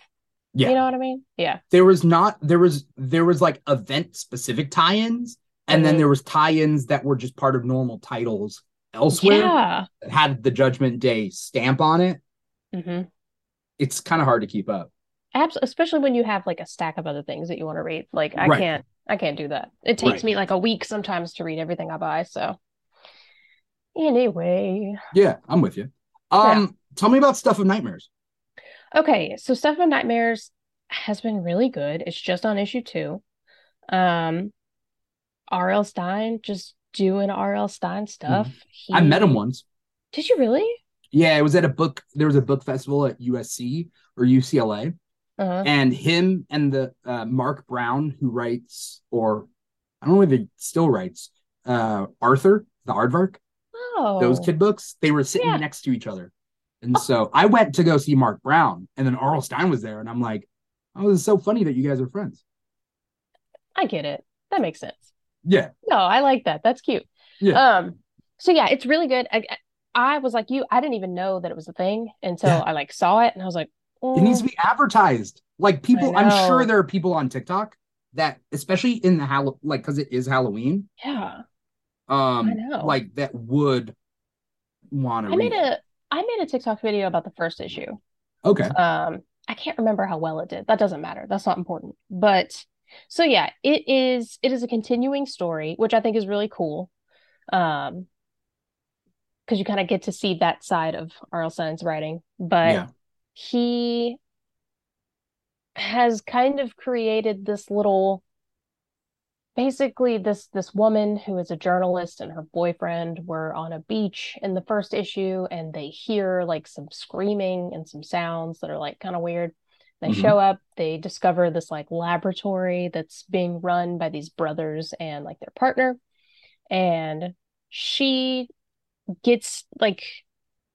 A: Yeah.
B: You know what I mean? Yeah.
A: there was not there was there was like event specific tie-ins and then
B: Mhm.
A: there was tie-ins that were just part of normal titles elsewhere
B: Yeah.
A: that had the judgment day stamp on it
B: hmm
A: it's kind of hard to keep up
B: Abs- especially when you have like a stack of other things that you want to read. Like I
A: Right.
B: can't I can't do that. It takes
A: Right.
B: me like a week sometimes to read everything I buy, so anyway.
A: yeah i'm with you um tell me about stuff of nightmares
B: Okay, so Stuff of Nightmares has been really good. It's just on issue two. Um R.L. Stein just doing R.L. Stein stuff.
A: Mm-hmm. i met
B: He-
A: him once
B: Did you really?
A: yeah it was at a book there was a book festival at usc or ucla
B: Uh-huh.
A: and him and the uh, Mark Brown who writes or I don't know if he still writes uh, Arthur the Aardvark
B: Oh.
A: those kid books they were sitting
B: Yeah. Oh.
A: next to each other and so I went to go see Mark Brown and then Arl Stein was there and I'm like oh this is so funny that you guys are friends
B: I get it. That makes sense.
A: yeah
B: No, I like that. That's cute.
A: Yeah.
B: Um, so yeah, it's really good. I, I was like you, I didn't even know that it was a thing until
A: Yeah.
B: I like saw it and I was like,
A: it needs to
B: "Mm,
A: be advertised like people I'm
B: know.
A: sure there are people on TikTok that especially in the Hall like because it is Halloween
B: yeah.
A: um
B: know.
A: like that would want to
B: I made a I made a TikTok video about the first issue.
A: okay
B: Um, I can't remember how well it did. That doesn't matter. That's not important. But so yeah, it is it is a continuing story, which I think is really cool. Um, because you kind of get to see that side of R.L. Stein's writing, but
A: yeah
B: he has kind of created this little basically this this woman who is a journalist and her boyfriend were on a beach in the first issue and they hear like some screaming and some sounds that are like kind of weird they
A: Mhm.
B: show up they discover this like laboratory that's being run by these brothers and like their partner and she gets like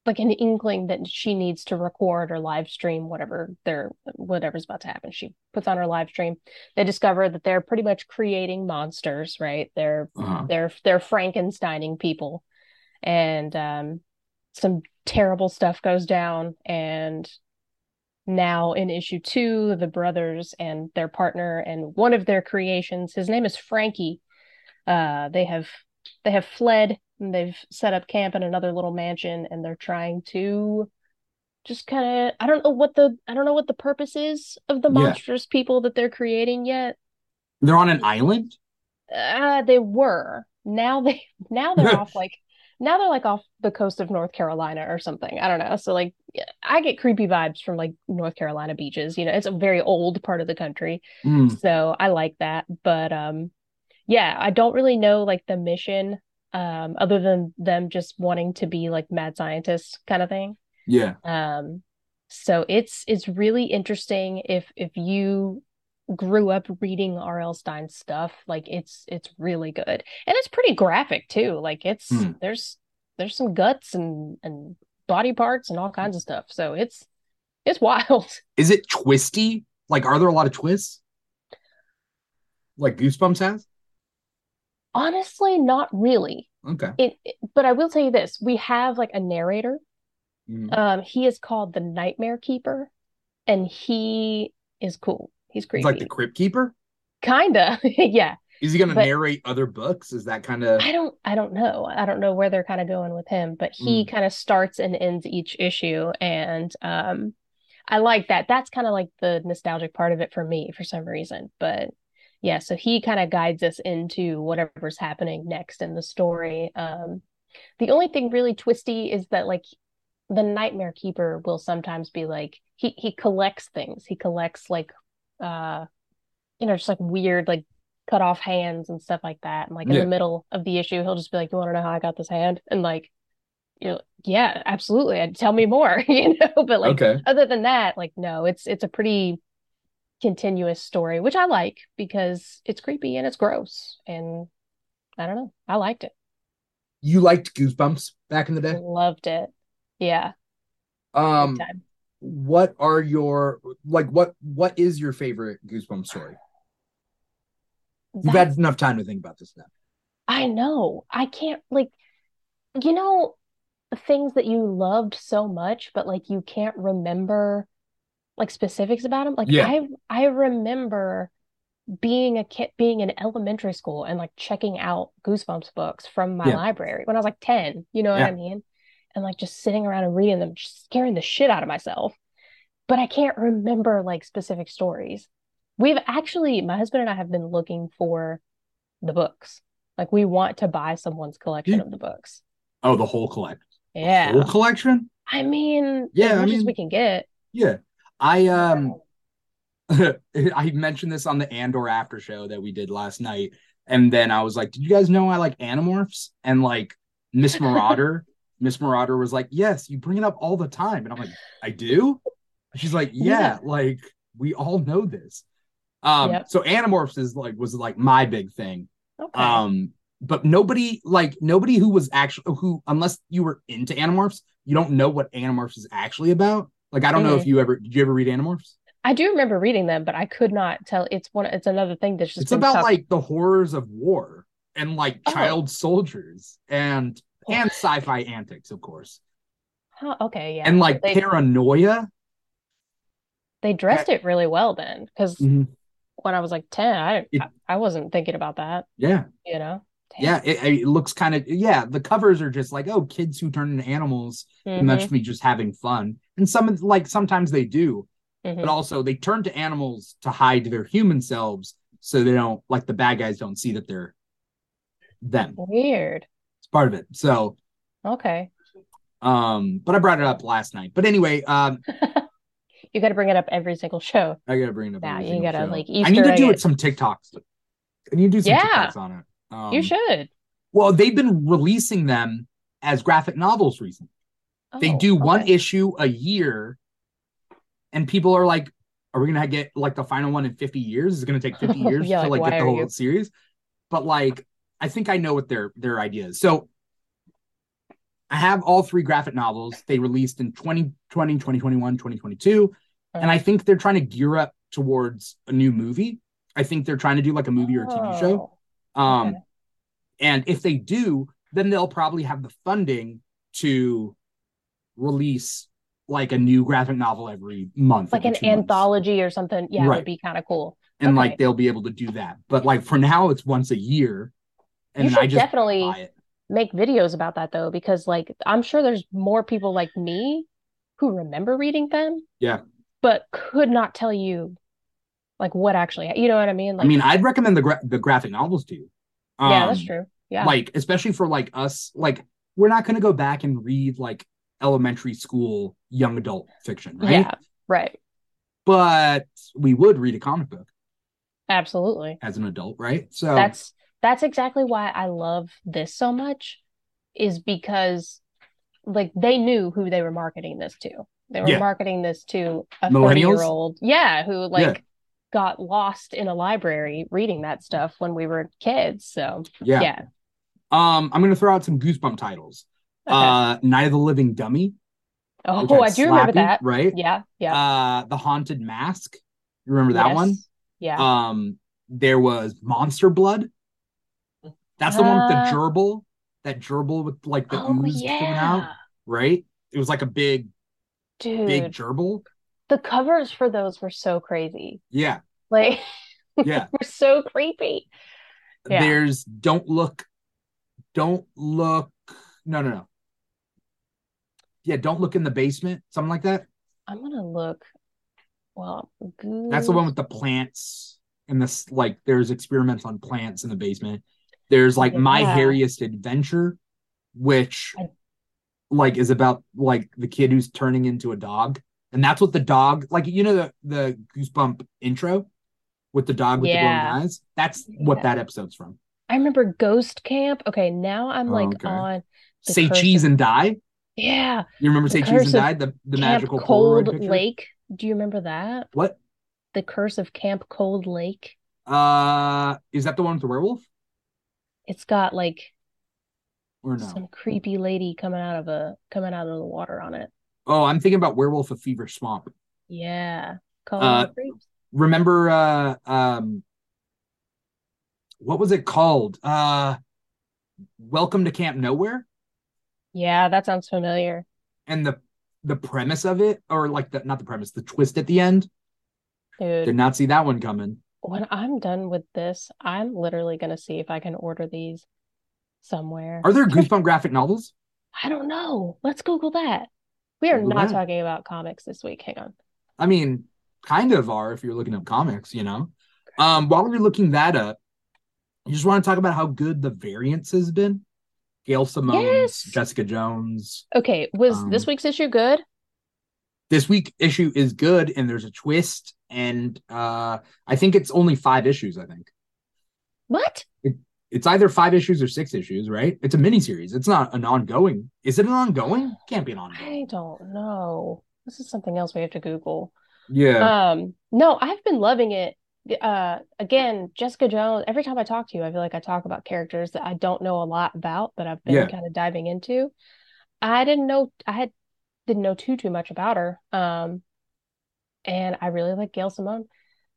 B: like an inkling that she needs to record or live stream whatever their whatever's about to happen. She puts on her live stream. They discover that they're pretty much creating monsters, right? They're
A: uh-huh.
B: they're they're Frankensteining people, and um, some terrible stuff goes down. And now in issue two, the brothers and their partner and one of their creations, his name is Frankie. Uh, they have they have fled and they've set up camp in another little mansion, and they're trying to just kind of I don't know what the I don't know what the purpose is of the
A: Yeah.
B: monstrous people that they're creating yet
A: they're on an island
B: uh they were now they [laughs] now they're off like now they're like off the coast of north carolina or something i don't know so like yeah, i get creepy vibes from like north carolina beaches you know it's a very old part of the country
A: Mm,
B: so i like that but um yeah i don't really know like the mission um other than them just wanting to be like mad scientists kind of thing
A: yeah.
B: um so it's it's really interesting if if you grew up reading R.L. Stein's stuff like it's it's really good and it's pretty graphic too like it's
A: Hmm.
B: there's there's some guts and and body parts and all kinds of stuff so it's it's [laughs] wild
A: Is it twisty? Like, are there a lot of twists? Like Goosebumps has?
B: honestly not really
A: Okay.
B: it, it but I will tell you this we have like a narrator
A: Mm.
B: um he is called the Nightmare Keeper and he is cool he's
A: It's
B: creepy
A: like the Crypt Keeper?
B: kinda [laughs] yeah
A: Is he going to
B: But-
A: narrate other books? Is that kind of.
B: I don't I don't know. I don't know where they're kind of going with him, but he kind of starts and ends each issue and um I like that. That's kind of like the nostalgic part of it for me for some reason. But yeah, so he kind of guides us into whatever's happening next in the story. Um the only thing really twisty is that like the nightmare keeper will sometimes be like he he collects things. He collects like uh you know just like weird like cut off hands and stuff like that. And like in
A: Yeah.
B: the middle of the issue, he'll just be like, "You want to know how I got this hand?" And like, you know, yeah, absolutely. And tell me more, [laughs] you know. But like,
A: okay.
B: other than that, like, no, it's it's a pretty continuous story, which I like because it's creepy and it's gross, and I don't know, I liked it,
A: You liked Goosebumps back in the day?
B: loved it. Yeah, big
A: Um,
B: time.
A: what are your like what what is your favorite Goosebumps story? You've
B: That's-
A: had enough time to think about this now.
B: I know. I can't like you know things that you loved so much but like you can't remember like specifics about them. Like
A: Yeah.
B: I I remember being a kid being in elementary school and like checking out Goosebumps books from my
A: Yeah.
B: library when I was like 10, you know what
A: Yeah.
B: I mean? And like just sitting around and reading them, just scaring the shit out of myself. But I can't remember like specific stories. We've actually, my husband and I have been looking for the books. Like we want to buy someone's collection
A: Yeah.
B: of the books.
A: Oh, the whole collection.
B: Yeah.
A: Whole collection?
B: I mean,
A: Yeah,
B: as
A: I
B: much as
A: mean-
B: we can get.
A: Yeah. I um [laughs] I mentioned this on the Andor after show that we did last night. And then I was like, Did you guys know I like animorphs? And like
B: [laughs]
A: Miss Marauder, Miss Marauder was like, Yes, you bring it up all the time. And I'm like, I do? She's like, Yeah, like we all know this. Um,
B: Yep.
A: so animorphs is like was like my big thing.
B: Okay.
A: Um, but nobody like nobody who was actually who unless you were into Animorphs, you don't know what Animorphs is actually about. Like I don't know if
B: Mm-hmm.
A: you ever did you ever read Animorphs?
B: I do remember reading them, but I could not tell. It's one. It's another thing that's just
A: It's
B: been
A: about
B: tucked-
A: like the horrors of war and like
B: Oh.
A: child soldiers and and sci-fi antics, of course,
B: Huh, okay, yeah.
A: and like
B: they
A: paranoia.
B: they dressed it really well then, because
A: Mhm.
B: when I was like ten, I
A: It-
B: I, I wasn't thinking about that.
A: Yeah,
B: You know.
A: yeah. It, it looks kind of yeah. The covers are just like oh, kids who turn into animals,
B: Mm-hmm,
A: and that's me just having fun. And some of like sometimes they do,
B: Mhm,
A: but
B: mhm.
A: also they turn to animals to hide their human selves so they don't like the bad guys don't see that they're them
B: Weird.
A: it's part of it so
B: Okay.
A: um but i brought it up last night but anyway um
B: You got to bring it up every single show.
A: i gotta bring it up
B: Nah,
A: every
B: you
A: single
B: gotta,
A: show.
B: like,
A: i need
B: Easter
A: to do
B: egg
A: it some tiktoks i need to do some
B: Yeah.
A: tiktoks on it um,
B: You should.
A: well they've been releasing them as graphic novels recently they
B: Oh,
A: do one
B: okay.
A: issue a year and people are like are we gonna get like the final one in 50 years is it
B: [laughs]
A: gonna take 50 years
B: Yeah,
A: to
B: like,
A: like get
B: why
A: the
B: are
A: whole
B: you-
A: series but like i think i know what their their idea is so i have all three graphic novels they released in 2020 2021 2022 and
B: Uh-huh.
A: i think they're trying to gear up towards a new movie i think they're trying to do like a movie or a tv show
B: Oh,
A: um,
B: okay.
A: and if they do, then they'll probably have the funding to release like a new graphic novel every month,
B: Like
A: every
B: an
A: two months.
B: anthology or something. Yeah, it
A: Right.
B: would be kind of cool.
A: and
B: okay.
A: like they'll be able to do that. But like for now, it's once a year,
B: You
A: and
B: should
A: I just
B: definitely
A: buy it.
B: make videos about that though, because like I'm sure there's more people like me who remember reading them.
A: Yeah.
B: But could not tell you like what actually, you know what I mean?
A: I mean, I'd recommend the gra- the graphic novels to you.
B: yeah, that's
A: Um,
B: true. Yeah.
A: Like especially for like us, like we're not going to go back and read like elementary school young adult fiction, right?
B: Yeah. Right.
A: But we would read a comic book
B: Absolutely.
A: as an adult, right? So
B: That's that's exactly why I love this so much is because like they knew who they were marketing this to. They were
A: Yeah.
B: marketing this to a
A: Millennials?
B: 30 year old. Yeah, who like got lost in a library reading that stuff when we were kids. So
A: yeah.
B: yeah.
A: Um, I'm gonna throw out some goosebump titles.
B: Okay.
A: Uh Night of the Living Dummy. which
B: Oh, I
A: had
B: do remember
A: Slappy,
B: that.
A: Right.
B: Yeah, yeah.
A: Uh The Haunted Mask. You remember that
B: Yes.
A: one?
B: Yeah.
A: Um, there was Monster Blood. That's the one with the
B: Uh,
A: gerbil, that gerbil with like the
B: oh
A: ooze coming out,
B: yeah,
A: right? It was like a big, big
B: dude.
A: gerbil.
B: The covers for those were so crazy. [laughs]
A: Yeah,
B: Like,
A: yeah.
B: were so creepy. Yeah.
A: There's Don't Look, Don't Look. No, no, no. Yeah, Don't Look in the Basement, something like that.
B: I'm gonna look. Well,
A: That's the one
B: Goose-
A: with the plants and this like there's experiments on plants in the basement. There's like My
B: Yeah.
A: Hairiest Adventure, which
B: I-
A: like is about like the kid who's turning into a dog. And that's what the dog like you know the the goosebump intro with the dog with the
B: Yeah.
A: glowing eyes? That's what
B: Yeah.
A: that episode's from.
B: I remember Ghost Camp. Okay, now I'm
A: Oh,
B: like
A: okay.
B: on. The
A: Say
B: Curse
A: Cheese and Die.
B: Yeah,
A: You remember
B: The
A: Say Cheese
B: Curse
A: and
B: of
A: Die? The the
B: Camp
A: magical Polaroid
B: Cold
A: picture?
B: Lake. Do you remember that?
A: What?
B: The Curse of Camp Cold Lake.
A: Uh is that the one with the werewolf?
B: It's got like
A: Or no?
B: some creepy lady coming out of a coming out of the water on it.
A: Oh, I'm thinking about Werewolf of Fever Swamp.
B: Yeah. Call
A: Uh,
B: the creeps.
A: remember uh um what was it called uh welcome to camp nowhere
B: Yeah, that sounds familiar.
A: and the the premise of it, or like the not the premise, the twist at the end. Did
B: Dude,
A: not see that one coming.
B: when I'm done with this, I'm literally gonna see if I can order these somewhere.
A: Are there Goosebump graphic novels?
B: I don't know. Let's Google that. We are
A: Google
B: not
A: that.
B: talking about comics this week. Hang on.
A: I mean, kind of are if you're looking up comics, you know. Um, while we were looking that up, you just want to talk about how good the variance has been. Gail Simone,
B: Yes.
A: Jessica Jones.
B: Okay, was
A: Um,
B: this week's issue good?
A: This week issue is good, and there's a twist, and uh, I think it's only five issues. I think
B: What?
A: it's either five issues or six issues, right? It's a miniseries. It's not an ongoing. Is it an ongoing? Can't be an ongoing.
B: I don't know. This is something else we have to Google.
A: Yeah,
B: Um, no, I've been loving it. Uh, again, Jessica Jones, every time I talk to you, I feel like I talk about characters that I don't know a lot about, but I've been
A: Yeah.
B: kind of diving into. I didn't know I had didn't know too too much about her. Um, and I really like Gail Simone.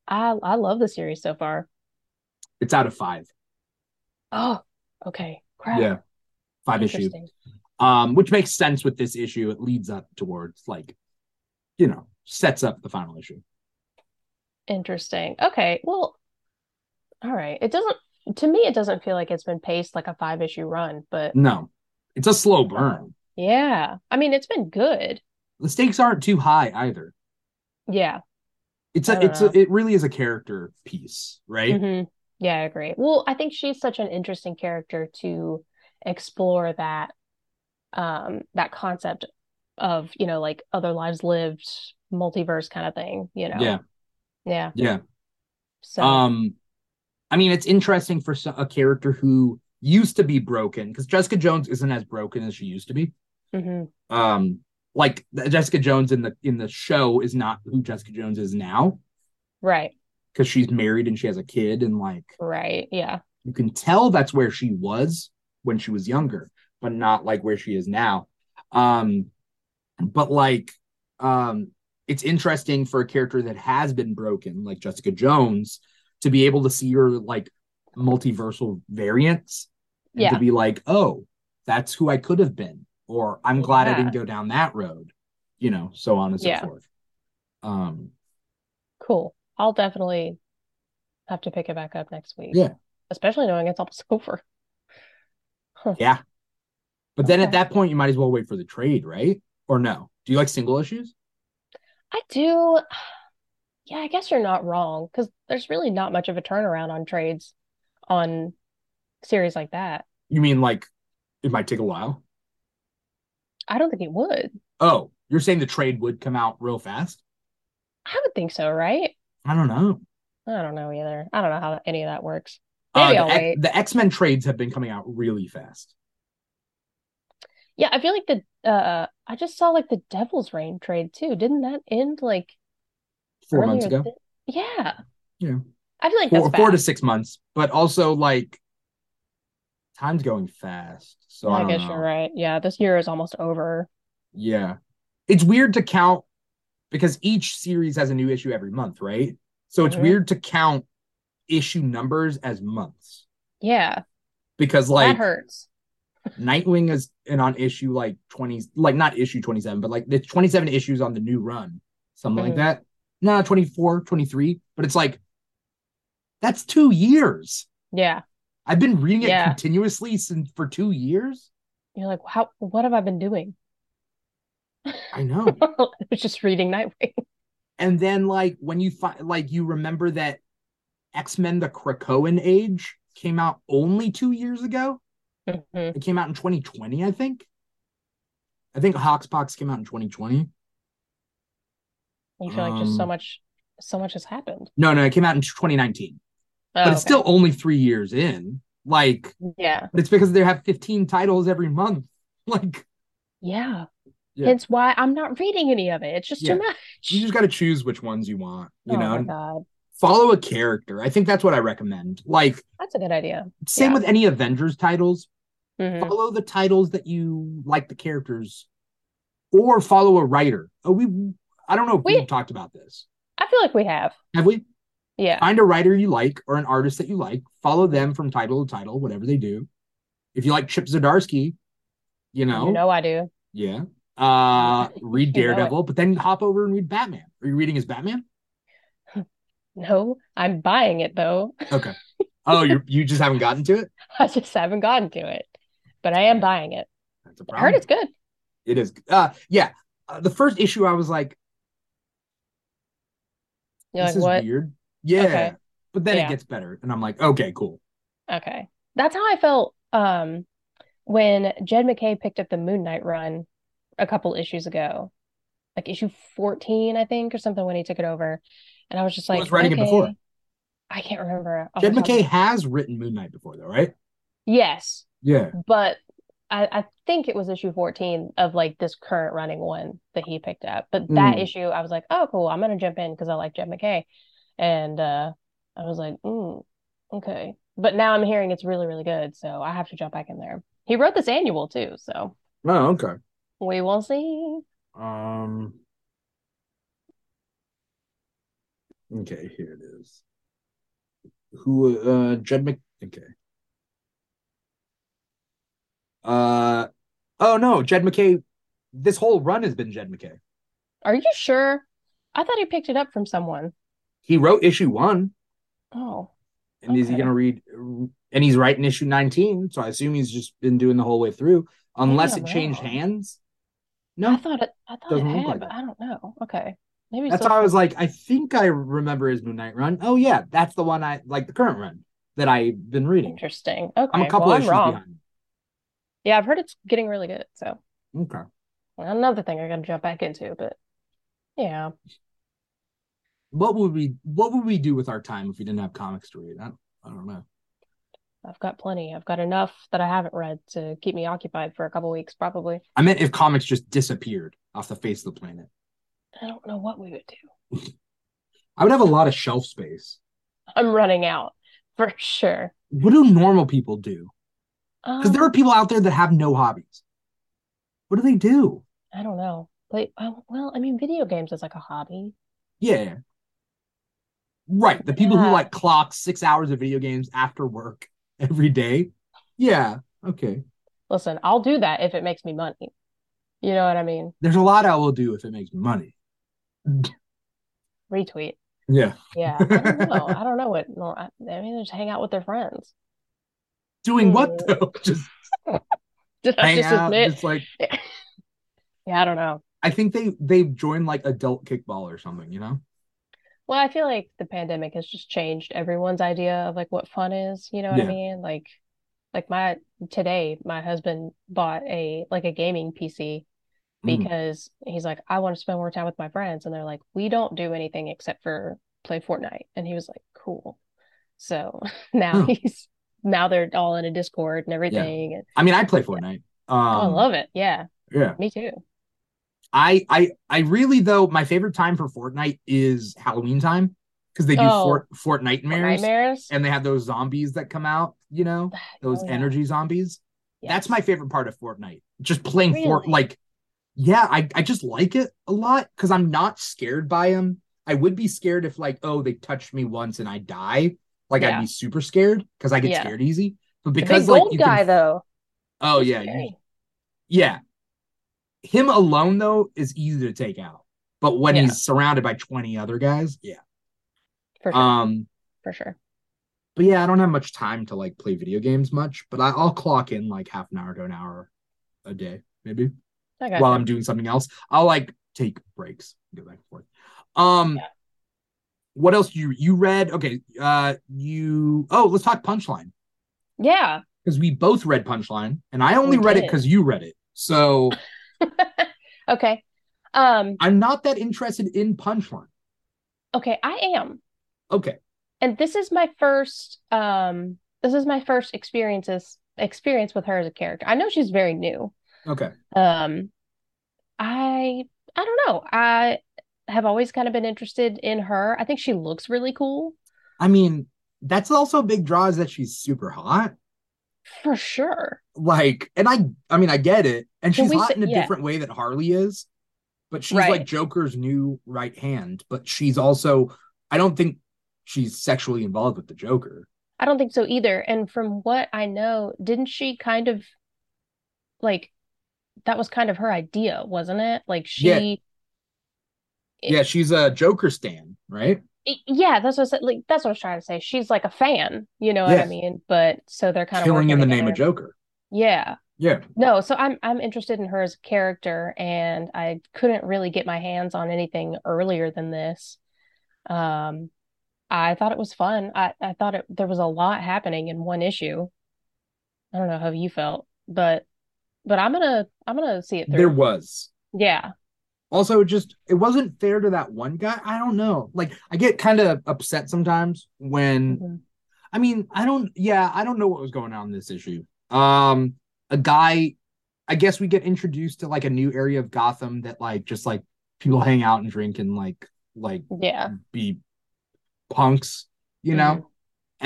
B: I I love the series so far.
A: it's out of five.
B: Oh, okay. Crap.
A: Yeah, five issues.
B: Interesting.
A: um, which makes sense with this issue. It leads up towards like, you know, sets up the final issue.
B: Interesting. Okay. Well, all right. It doesn't to me it doesn't feel like it's been paced like a five issue run, but
A: No, it's a slow burn.
B: yeah. I mean, it's been good.
A: The stakes aren't too high either.
B: Yeah.
A: It's
B: I
A: a,
B: don't
A: it's a, it really is a character piece, right?
B: hmm Yeah, I agree. Well, I think she's such an interesting character to explore that um that concept of, you know, like other lives lived, multiverse kind of thing, you know.
A: Yeah,
B: Yeah.
A: yeah.
B: So
A: Um, I mean, it's interesting for so- a character who used to be broken because Jessica Jones isn't as broken as she used to be.
B: mhm.
A: Um, like Jessica Jones in the in the show is not who Jessica Jones is now
B: Right,
A: because she's married and she has a kid and like
B: right. Yeah.
A: you can tell that's where she was when she was younger but not like where she is now um but like um it's interesting for a character that has been broken like jessica jones to be able to see her like multiversal variants and
B: Yeah.
A: to be like oh that's who i could have been or i'm glad i
B: Yeah.
A: didn't go down that road you know so on and so
B: Yeah.
A: forth um
B: Cool. I'll definitely have to pick it back up next week.
A: Yeah.
B: Especially knowing it's almost [laughs] over.
A: but then at
B: Okay.
A: that point you might as well wait for the trade right or no do you like single issues
B: I do. [sighs] Yeah, I guess you're not wrong because there's really not much of a turnaround on trades on series like that.
A: You mean like it might take a while?
B: I don't think it would.
A: Oh, you're saying the trade would come out real fast?
B: I would think so, right?
A: I don't know.
B: I don't know either. I don't know how any of that works.
A: Uh,
B: Maybe
A: the
B: I'll
A: X-
B: wait.
A: the X Men trades have been coming out really fast.
B: Yeah, I feel like the uh I just saw like the Devil's Reign trade too. Didn't that end like
A: Four months
B: earlier
A: ago,
B: thi- yeah.
A: Yeah.
B: I feel like that's
A: four, four to
B: fast.
A: six months, but also like time's going fast. So I,
B: I
A: don't
B: guess
A: know.
B: you're right. Yeah, this year is almost over.
A: Yeah, it's weird to count because each series has a new issue every month, right? So it's
B: Mhm.
A: weird to count issue numbers as months
B: Yeah,
A: because
B: that
A: like
B: hurts.
A: Nightwing is and on issue like 20, like not issue 27, but like the 27 issues on the new run, something
B: Mhm.
A: like that. Nah, 24, 23, but it's like that's two years.
B: Yeah.
A: I've been reading it
B: Yeah.
A: continuously since for two years.
B: You're like, how, what have I been doing? [laughs]
A: I know.
B: I was just reading Nightwing.
A: and then like when you find like you remember that X-Men the Krakoan Age came out only two years ago.
B: Mhm.
A: It came out in 2020, I think. I think Hoxpox came out in 2020.
B: You feel like just so
A: Um,
B: much, so much has happened.
A: No, no, it came out in 2019.
B: Oh,
A: but it's
B: okay.
A: still only three years in. Like,
B: yeah,
A: but it's because they have 15 titles every month. [laughs] Like,
B: yeah.
A: Yeah.
B: Hence why I'm not reading any of it. It's just
A: Yeah.
B: too much.
A: you just got to choose which ones you want, you
B: oh
A: know,
B: my
A: and
B: God,
A: follow a character. I think that's what I recommend. Like,
B: that's a good idea.
A: same
B: Yeah.
A: with any Avengers titles,
B: Mhm.
A: follow the titles that you like the characters or follow a writer. Oh, we, I don't know if
B: We-
A: we've talked about this.
B: I feel like we have.
A: Have we?
B: Yeah,
A: Find a writer you like or an artist that you like, follow them from title to title, whatever they do. If you like Chip Zdarsky, you know,
B: you know I do.
A: Yeah. Uh, read
B: [laughs] You know it.
A: Daredevil, but then hop over and read Batman. Are you reading as Batman?
B: No, I'm buying it though. [laughs]
A: Okay. Oh, you you just haven't gotten to it.
B: I just haven't gotten to it, but I am buying it.
A: That's a
B: I
A: problem.
B: [laughs] heard it's good.
A: It is. Uh, yeah. Uh, the first issue, I was like,
B: You're
A: this
B: like,
A: is
B: what?
A: weird. Yeah.
B: Okay.
A: But then it
B: Yeah.
A: gets better, and I'm like, okay, cool.
B: Okay. That's how I felt um when Jed McKay picked up the Moon Knight run a couple issues ago. Like issue 14, I think, or something when he took it over. And I was just
A: Who
B: like,
A: was writing it
B: okay.
A: before?
B: I can't remember off
A: Jed
B: the top of-
A: McKay has written Moon Knight before, though, right?
B: Yes,
A: Yeah.
B: but I, I think it was issue 14 of like this current running one that he picked up. But that
A: Hmm.
B: issue, I was like, oh, cool, I'm gonna jump in because I like Jed McKay. And uh, I was like, mm, okay. But now I'm hearing it's really, really good, so I have to jump back in there. He wrote this annual too, so
A: Oh, okay.
B: we will see.
A: Um. Okay, here it is. Who? Uh, Jed Mc. Okay. Uh, oh no, Jed McKay. This whole run has been Jed McKay.
B: Are you sure? I thought he picked it up from someone.
A: He wrote issue one,
B: Oh,
A: and is he
B: Okay.
A: gonna read? And he's writing issue nineteen, so I assume he's just been doing the whole way through, unless
B: I'm
A: it changed
B: wrong.
A: hands.
B: I
A: No,
B: thought it I thought it
A: Doesn't look
B: had,
A: like
B: but
A: it.
B: I don't know. Okay. Maybe
A: That's
B: so.
A: how I was like, I think I remember his Moon Knight run. Oh yeah, that's the one I like the current run that I've been reading.
B: Interesting.
A: I'm
B: Okay.
A: a couple
B: Well, I'm
A: issues
B: wrong.
A: behind.
B: Yeah, I've heard it's getting really good, so
A: Okay.
B: another thing I gotta jump back into, but yeah.
A: What would we what would we do with our time if we didn't have comics to read? I don't, I don't know.
B: I've got plenty. I've got enough that I haven't read to keep me occupied for a couple weeks, probably.
A: I meant if comics just disappeared off the face of the planet.
B: I don't know what we would do.
A: I would have a lot of shelf space.
B: I'm running out [laughs] for sure.
A: What do normal people do? Because there
B: Um,
A: are people out there that have no hobbies. What do they do?
B: I don't know. Like, oh, well, I mean, video games is like a hobby.
A: Yeah. Right. The people
B: Yeah.
A: who like clock six hours of video games after work [laughs] every day. Yeah. Okay.
B: Listen, I'll do that if it makes me money. You know what I mean?
A: there's a lot I will do if it makes me money.
B: Retweet.
A: Yeah.
B: Yeah. I
A: [laughs]
B: don't know. I don't know what. No, I, I mean, just hang out with their friends. [laughs]
A: Doing what though? [laughs] Just
B: Did I
A: hang
B: Hmm. just
A: out.
B: admit?
A: Just like
B: Yeah, I don't know.
A: I think they they've joined like adult kickball or something. You know?
B: Well, I feel like the pandemic has just changed everyone's idea of like what fun is, you know what I
A: Yeah.
B: mean? Like like my today my husband bought a like a gaming PC
A: Mm.
B: because he's like I want to spend more time with my friends and they're like we don't do anything except for play Fortnite and he was like cool. So [laughs] now
A: Huh.
B: he's now they're all in a Discord and everything and
A: I mean, I play Fortnite. Um,
B: oh, I love it. Yeah,
A: Yeah.
B: me too.
A: I I I really though my favorite time for Fortnite is Halloween time because they do
B: Oh.
A: Fort Fort Nightmares
B: Nightmares?
A: and they have those zombies that come out. You
B: [sighs]
A: know those
B: Oh, yeah.
A: energy zombies. That's
B: Yes.
A: my favorite part of Fortnite. Just playing Fort
B: Really?
A: like yeah, I, I just like it a lot because I'm not scared by him. I would be scared if like, oh, they touched me once and I die. Like
B: Yeah.
A: I'd be super scared because I get
B: Yeah.
A: scared easy. But
B: The big
A: because like
B: gold
A: you
B: guy
A: can,
B: though.
A: oh
B: He's
A: yeah, you-
B: scary.
A: yeah. Him alone though is easy to take out. But when
B: Yeah.
A: he's surrounded by 20 other guys, yeah.
B: For sure,
A: Um,
B: for sure.
A: but yeah, I don't have much time to like play video games much, but I, I'll clock in like half an hour to an hour a day, maybe.
B: I
A: while
B: gotcha.
A: I'm doing something else. I'll like take breaks, go back and forth. Um,
B: Yeah.
A: what else did you you read? Okay, uh, you oh, let's talk Punchline
B: Yeah.
A: because we both read Punchline, and I only
B: We
A: read it
B: did.
A: because you read it. So
B: [laughs] Okay. Um,
A: I'm not that interested in Punchline.
B: okay, I am.
A: Okay,
B: And this is my first um this is my first experiences experience with her as a character. I know she's very new.
A: okay,
B: Um I I don't know. I have always kind of been interested in her. I think she looks really cool
A: I mean. That's also a big draw is that she's super hot.
B: for sure.
A: Like, and I I mean I get it. And
B: Well,
A: she's
B: we
A: hot
B: said-
A: in a
B: yeah.
A: different way that Harley is. But she's
B: Right.
A: like Joker's new right hand, but she's also I don't think she's sexually involved with the Joker.
B: I don't think so either. And from what I know, didn't she kind of like that was kind of her idea, wasn't it? Like she
A: Yeah. yeah, she's a Joker stan, right?
B: I- yeah, that's what I said, like that's what I was trying to say. She's like a fan, you know what I
A: Yes.
B: mean? But so they're kind of
A: Killing
B: working
A: in the name of
B: together.
A: Joker.
B: Yeah.
A: Yeah.
B: No, so I'm I'm interested in her as a character and I couldn't really get my hands on anything earlier than this. Um I thought it was fun. I I thought it there was a lot happening in one issue. I don't know how you felt, but but I'm gonna I'm gonna see it
A: There
B: through.
A: was.
B: Yeah.
A: Also, it just it wasn't fair to that one guy. I don't know. Like I get kind of upset sometimes when
B: Mhm.
A: I mean, I don't yeah, I don't know what was going on in this issue. Um a guy I guess we get introduced to like a new area of Gotham that like just like people hang out and drink and like like
B: Yeah.
A: be punks, you know?
B: Mm-hmm.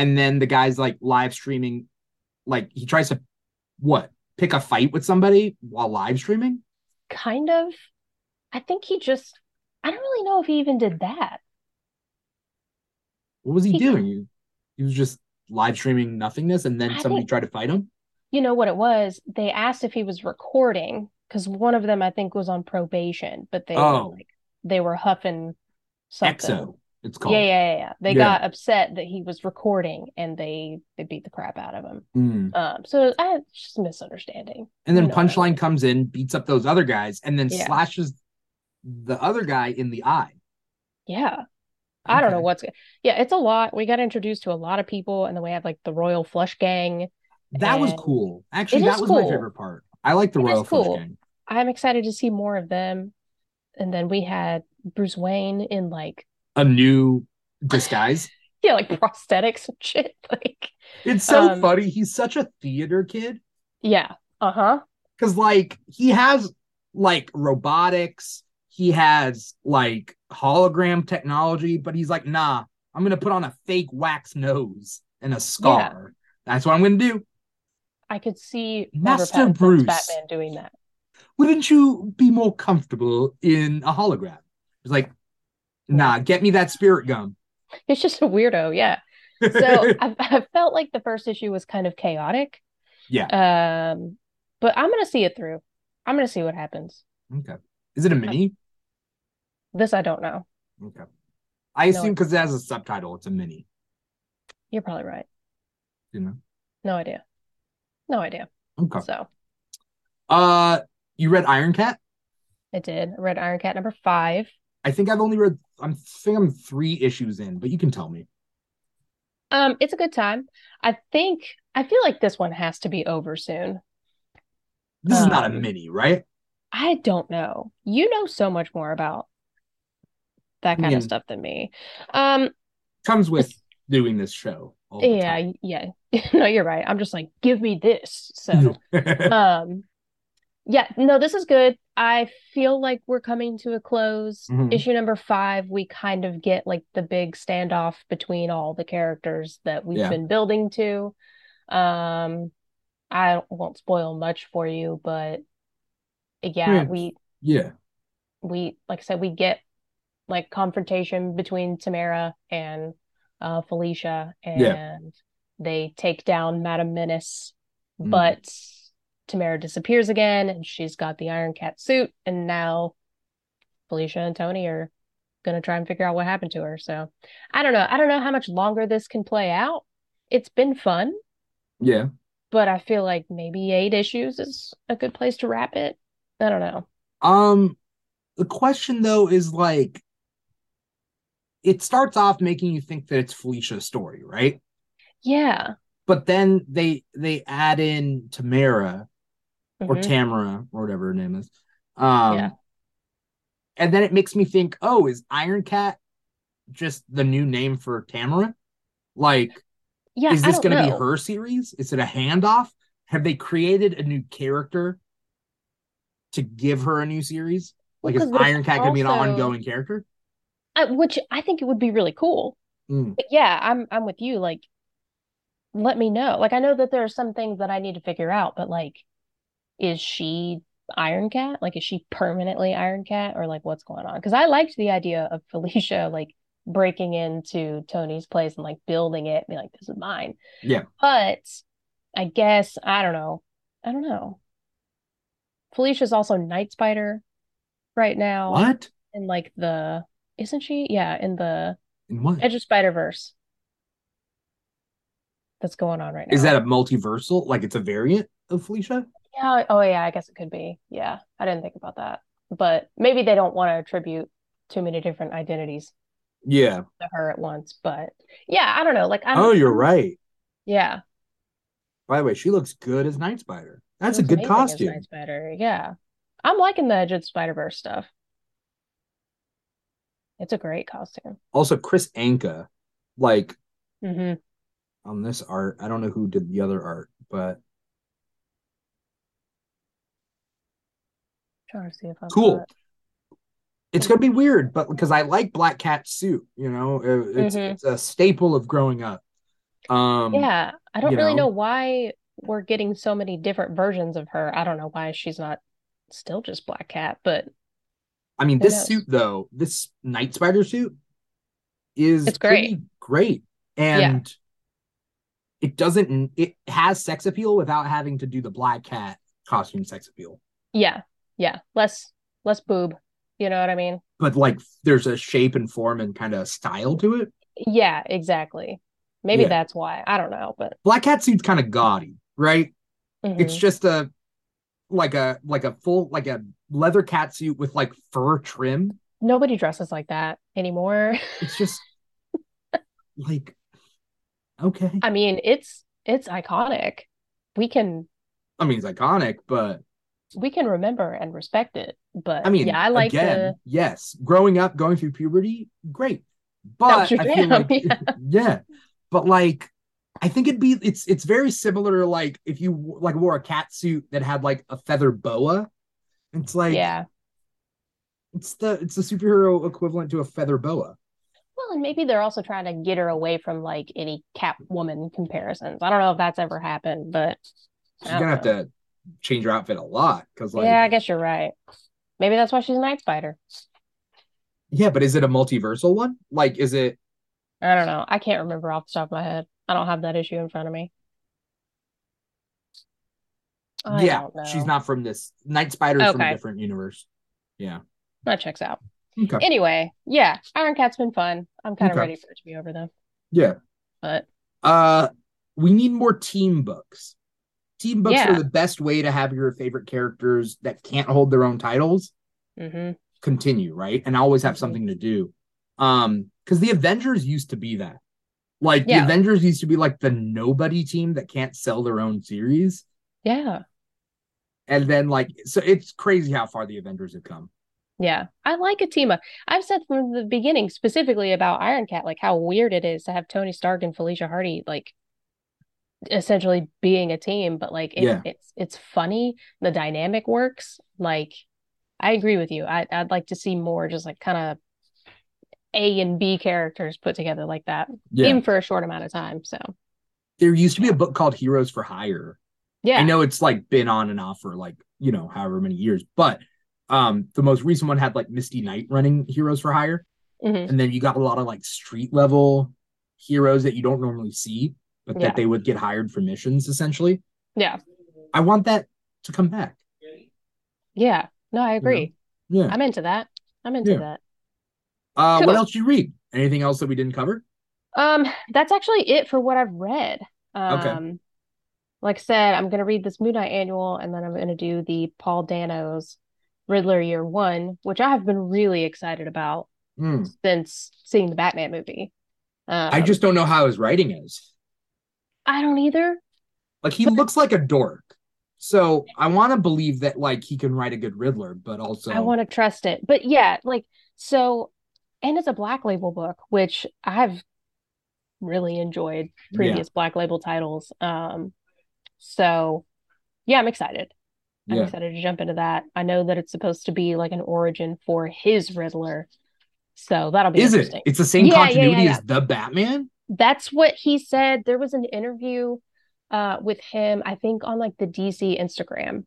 A: And then the guy's like live streaming like he tries to what? Pick a fight with somebody while live streaming?
B: kind of I think he just I don't really know if he even did that.
A: What was he
B: He-
A: doing? He, he was just live streaming nothingness, and then
B: I
A: somebody
B: think-
A: tried to fight him.
B: you know what it was they asked if he was recording because one of them i think was on probation but they
A: Oh.
B: were like they were huffing something
A: Exo, it's
B: yeah
A: called.
B: yeah yeah yeah. they
A: Yeah.
B: got upset that he was recording and they they beat the crap out of him
A: Mm.
B: um so i it's just a misunderstanding
A: And then
B: You know what I
A: Punchline
B: mean.
A: comes in, beats up those other guys, and then
B: Yeah.
A: slashes the other guy in the eye.
B: yeah i don't know
A: Okay.
B: what's yeah it's a lot we got introduced to a lot of people and then we had like the royal flush gang
A: That was
B: And-
A: cool. Actually,
B: It
A: that
B: is
A: was my
B: cool.
A: favorite part. I like the
B: It is
A: Royal Flush
B: cool.
A: Gang.
B: i'm excited to see more of them and then we had bruce wayne in like [laughs]
A: A new disguise.
B: yeah like prosthetics and shit [laughs] like
A: it's so
B: Um,
A: funny. He's such a theater kid.
B: Yeah. Uh-huh.
A: because like he has like robotics he has like hologram technology but he's like nah i'm gonna put on a fake wax nose and a scar that's what i'm gonna do
B: I could see
A: Master
B: Robert Pattinson's
A: Bruce.
B: Batman doing that.
A: wouldn't you be more comfortable in a hologram he's like nah get me that spirit gum
B: It's just a weirdo, yeah.
A: [laughs]
B: So I, I felt like the first issue was kind of chaotic. Yeah. Um, but I'm gonna see it through. I'm gonna see what happens.
A: okay is it a mini
B: This I don't know.
A: okay i
B: No,
A: assume because it has a subtitle it's a mini
B: You're probably right.
A: you know
B: No idea. No idea.
A: okay
B: So
A: uh you read iron cat
B: I did. I read Iron Cat number five.
A: i think i've only read i'm think i'm three issues in but you can tell me
B: Um, it's a good time. I think I feel like this one has to be over soon.
A: This is not a
B: Um,
A: mini, right?
B: I don't know. You know so much more about that kind
A: mean-
B: of stuff than me. Um,
A: Comes with doing this show. all the
B: yeah,
A: time.
B: y- yeah. [laughs] No, you're right. I'm just like, give me this. So, [laughs] um, yeah, no, this is good. I feel like we're coming to a close.
A: Mhm.
B: Issue number five, we kind of get like the big standoff between all the characters that we've
A: Yeah.
B: been building to. Um, I won't spoil much for you, but yeah,
A: Hmm.
B: we
A: [laughs] yeah.
B: we like I said we get like confrontation between Tamara and uh Felicia and
A: Yeah.
B: they take down Madame Menace
A: Mhm.
B: but Tamara disappears again and she's got the Iron Cat suit and now Felicia and Tony are gonna try and figure out what happened to her so I don't know I don't know how much longer this can play out it's been fun
A: Yeah.
B: but I feel like maybe eight issues is a good place to wrap it I don't know
A: Um the question though is like it starts off making you think that it's Felicia's story, right?
B: yeah
A: But then they they add in Tamara or
B: Mhm.
A: Tamara or whatever her name is. Um
B: Yeah.
A: and then it makes me think, oh, is Iron Cat just the new name for Tamara? Like
B: yeah
A: is
B: I
A: this
B: don't
A: going to be
B: know.
A: her series? Is it a handoff? Have they created a new character to give her a new series?
B: Well,
A: Like, is
B: 'cause there's
A: Iron Cat going to be an
B: also-
A: ongoing character?
B: I, which I think it would be really cool.
A: Mm,
B: But yeah, I'm I'm with you. Like, let me know. Like, I know that there are some things that I need to figure out, but like, is she Iron Cat? Like, is she permanently Iron Cat, or like, what's going on? Because I liked the idea of [laughs] Felicia like breaking into Tony's place and like building it, be like, this is mine.
A: Yeah.
B: But I guess I don't know. I don't know. Felicia's also Night Spider right now.
A: What?
B: In like the isn't she? Yeah, in the
A: In what?
B: Edge of Spider Verse that's going on right now.
A: Is that a multiversal? Like it's a variant of Felicia?
B: Yeah. Oh, yeah. I guess it could be. Yeah. I didn't think about that. But maybe they don't want to attribute too many different identities
A: Yeah.
B: to her at once. But yeah, I don't know. Like, I'm,
A: Oh, you're right.
B: yeah.
A: By the way, she looks good as Night Spider. That's a
B: Looks
A: good
B: amazing as
A: costume.
B: Night Spider. Yeah. I'm liking the Edge of Spider Verse stuff. It's a great costume.
A: Also, Chris Anka, like
B: Mm-hmm.
A: on this art, I don't know who did the other art, but
B: Trying to see if I've
A: cool.
B: got-
A: It's gonna be weird, but because I like Black Cat's suit, you know, it- it's,
B: Mhm.
A: it's a staple of growing up. Um,
B: Yeah. I don't
A: you
B: really
A: know.
B: know why we're getting so many different versions of her. I don't know why she's not still just Black Cat, but
A: I mean,
B: Who
A: this
B: knows?
A: suit though, this Night Spider suit is
B: It's great.
A: pretty great, and it doesn't. It has sex appeal without having to do the Black Cat costume sex appeal.
B: Yeah, yeah. Less less boob. You know what I mean?
A: But like, there's a shape and form and kind of style to it.
B: Yeah, exactly. Maybe
A: Yeah.
B: that's why. I don't know, but
A: Black Cat suit's kind of gaudy, right? It's
B: mhm.
A: just a like a like a full like a leather cat suit with like fur trim.
B: Nobody dresses like that anymore. [laughs]
A: It's just like okay.
B: I mean, it's it's iconic. We can
A: I mean, it's iconic, but
B: we can remember and respect it, but
A: I mean,
B: yeah, I like
A: again,
B: the
A: yes, growing up, going through puberty, great.
B: was
A: But
B: your
A: I feel
B: jam,
A: like,
B: yeah.
A: [laughs] yeah, but like, I think it'd be it's it's very similar to like if you like wore a cat suit that had like a feather boa. It's like
B: yeah.
A: it's the it's the superhero equivalent to a feather boa.
B: Well, and maybe they're also trying to get her away from like any Catwoman comparisons. I don't know if that's ever happened, but
A: She's
B: I
A: gonna have
B: don't know.
A: to change her outfit a lot because like
B: yeah, I guess you're right. Maybe that's why she's a night spider.
A: yeah, but is it a multiversal one? Like, is it
B: I don't know. I can't remember off the top of my head. I don't have that issue in front of me. I
A: yeah?
B: don't know.
A: She's not from this Night Spider's from a
B: Okay.
A: different universe. Yeah.
B: That checks out.
A: Okay.
B: Anyway, yeah, Iron Cat's been fun. I'm kind of
A: Okay.
B: ready for it to be over though.
A: Yeah.
B: But
A: Uh, we need more team books. Team books
B: Yeah.
A: are the best way to have your favorite characters that can't hold their own titles
B: hmm
A: continue, right? And always have
B: Mhm.
A: something to do. Um, because the Avengers used to be that. Like the
B: Yeah.
A: Avengers used to be like the nobody team that can't sell their own series.
B: yeah,
A: And then like so it's crazy how far the Avengers have come.
B: yeah. I like Atima. I've said from the beginning specifically about Iron Cat, like how weird it is to have Tony Stark and Felicia Hardy like essentially being a team, but like it,
A: Yeah.
B: it's it's funny. The dynamic works. Like I agree with you. I I'd like to see more just like kind of A and B characters put together like that, even for a short amount of time. So
A: There used to be a book called Heroes for Hire
B: yeah,
A: I know it's like been on and off for like, you know, however many years, but um the most recent one had like Misty Knight running Heroes for Hire.
B: Mhm.
A: And then you got a lot of like street level heroes that you don't normally see, but
B: Yeah.
A: that they would get hired for missions essentially.
B: yeah,
A: I want that to come back.
B: yeah. No, I agree.
A: Yeah.
B: I'm into that. I'm into
A: Yeah.
B: that.
A: Uh what
B: Cool.
A: else did you read? Anything else that we didn't cover?
B: Um, that's actually it for what I've read. Um, like I said, I'm gonna read this Moon Knight annual, and then I'm gonna do the Paul Dano's Riddler Year One, which I have been really excited about.
A: Hmm.
B: since seeing the Batman movie. Um,
A: I just don't know how his writing is.
B: I don't either.
A: Like he looks like a dork. So I want to believe that like he can write a good Riddler, but also
B: I want to trust it, but yeah, like so, and it's a Black Label book, which I've really enjoyed
A: Yeah.
B: previous Black Label titles. Um, so yeah, I'm excited. I'm
A: Yeah.
B: excited to jump into that. I know that it's supposed to be like an origin for his Riddler, so that'll be
A: Is it?
B: interesting.
A: It's the same
B: Yeah, yeah, yeah,
A: continuity
B: yeah.
A: as the Batman?
B: That's what he said. There was an interview uh with him, I think on like the DC Instagram,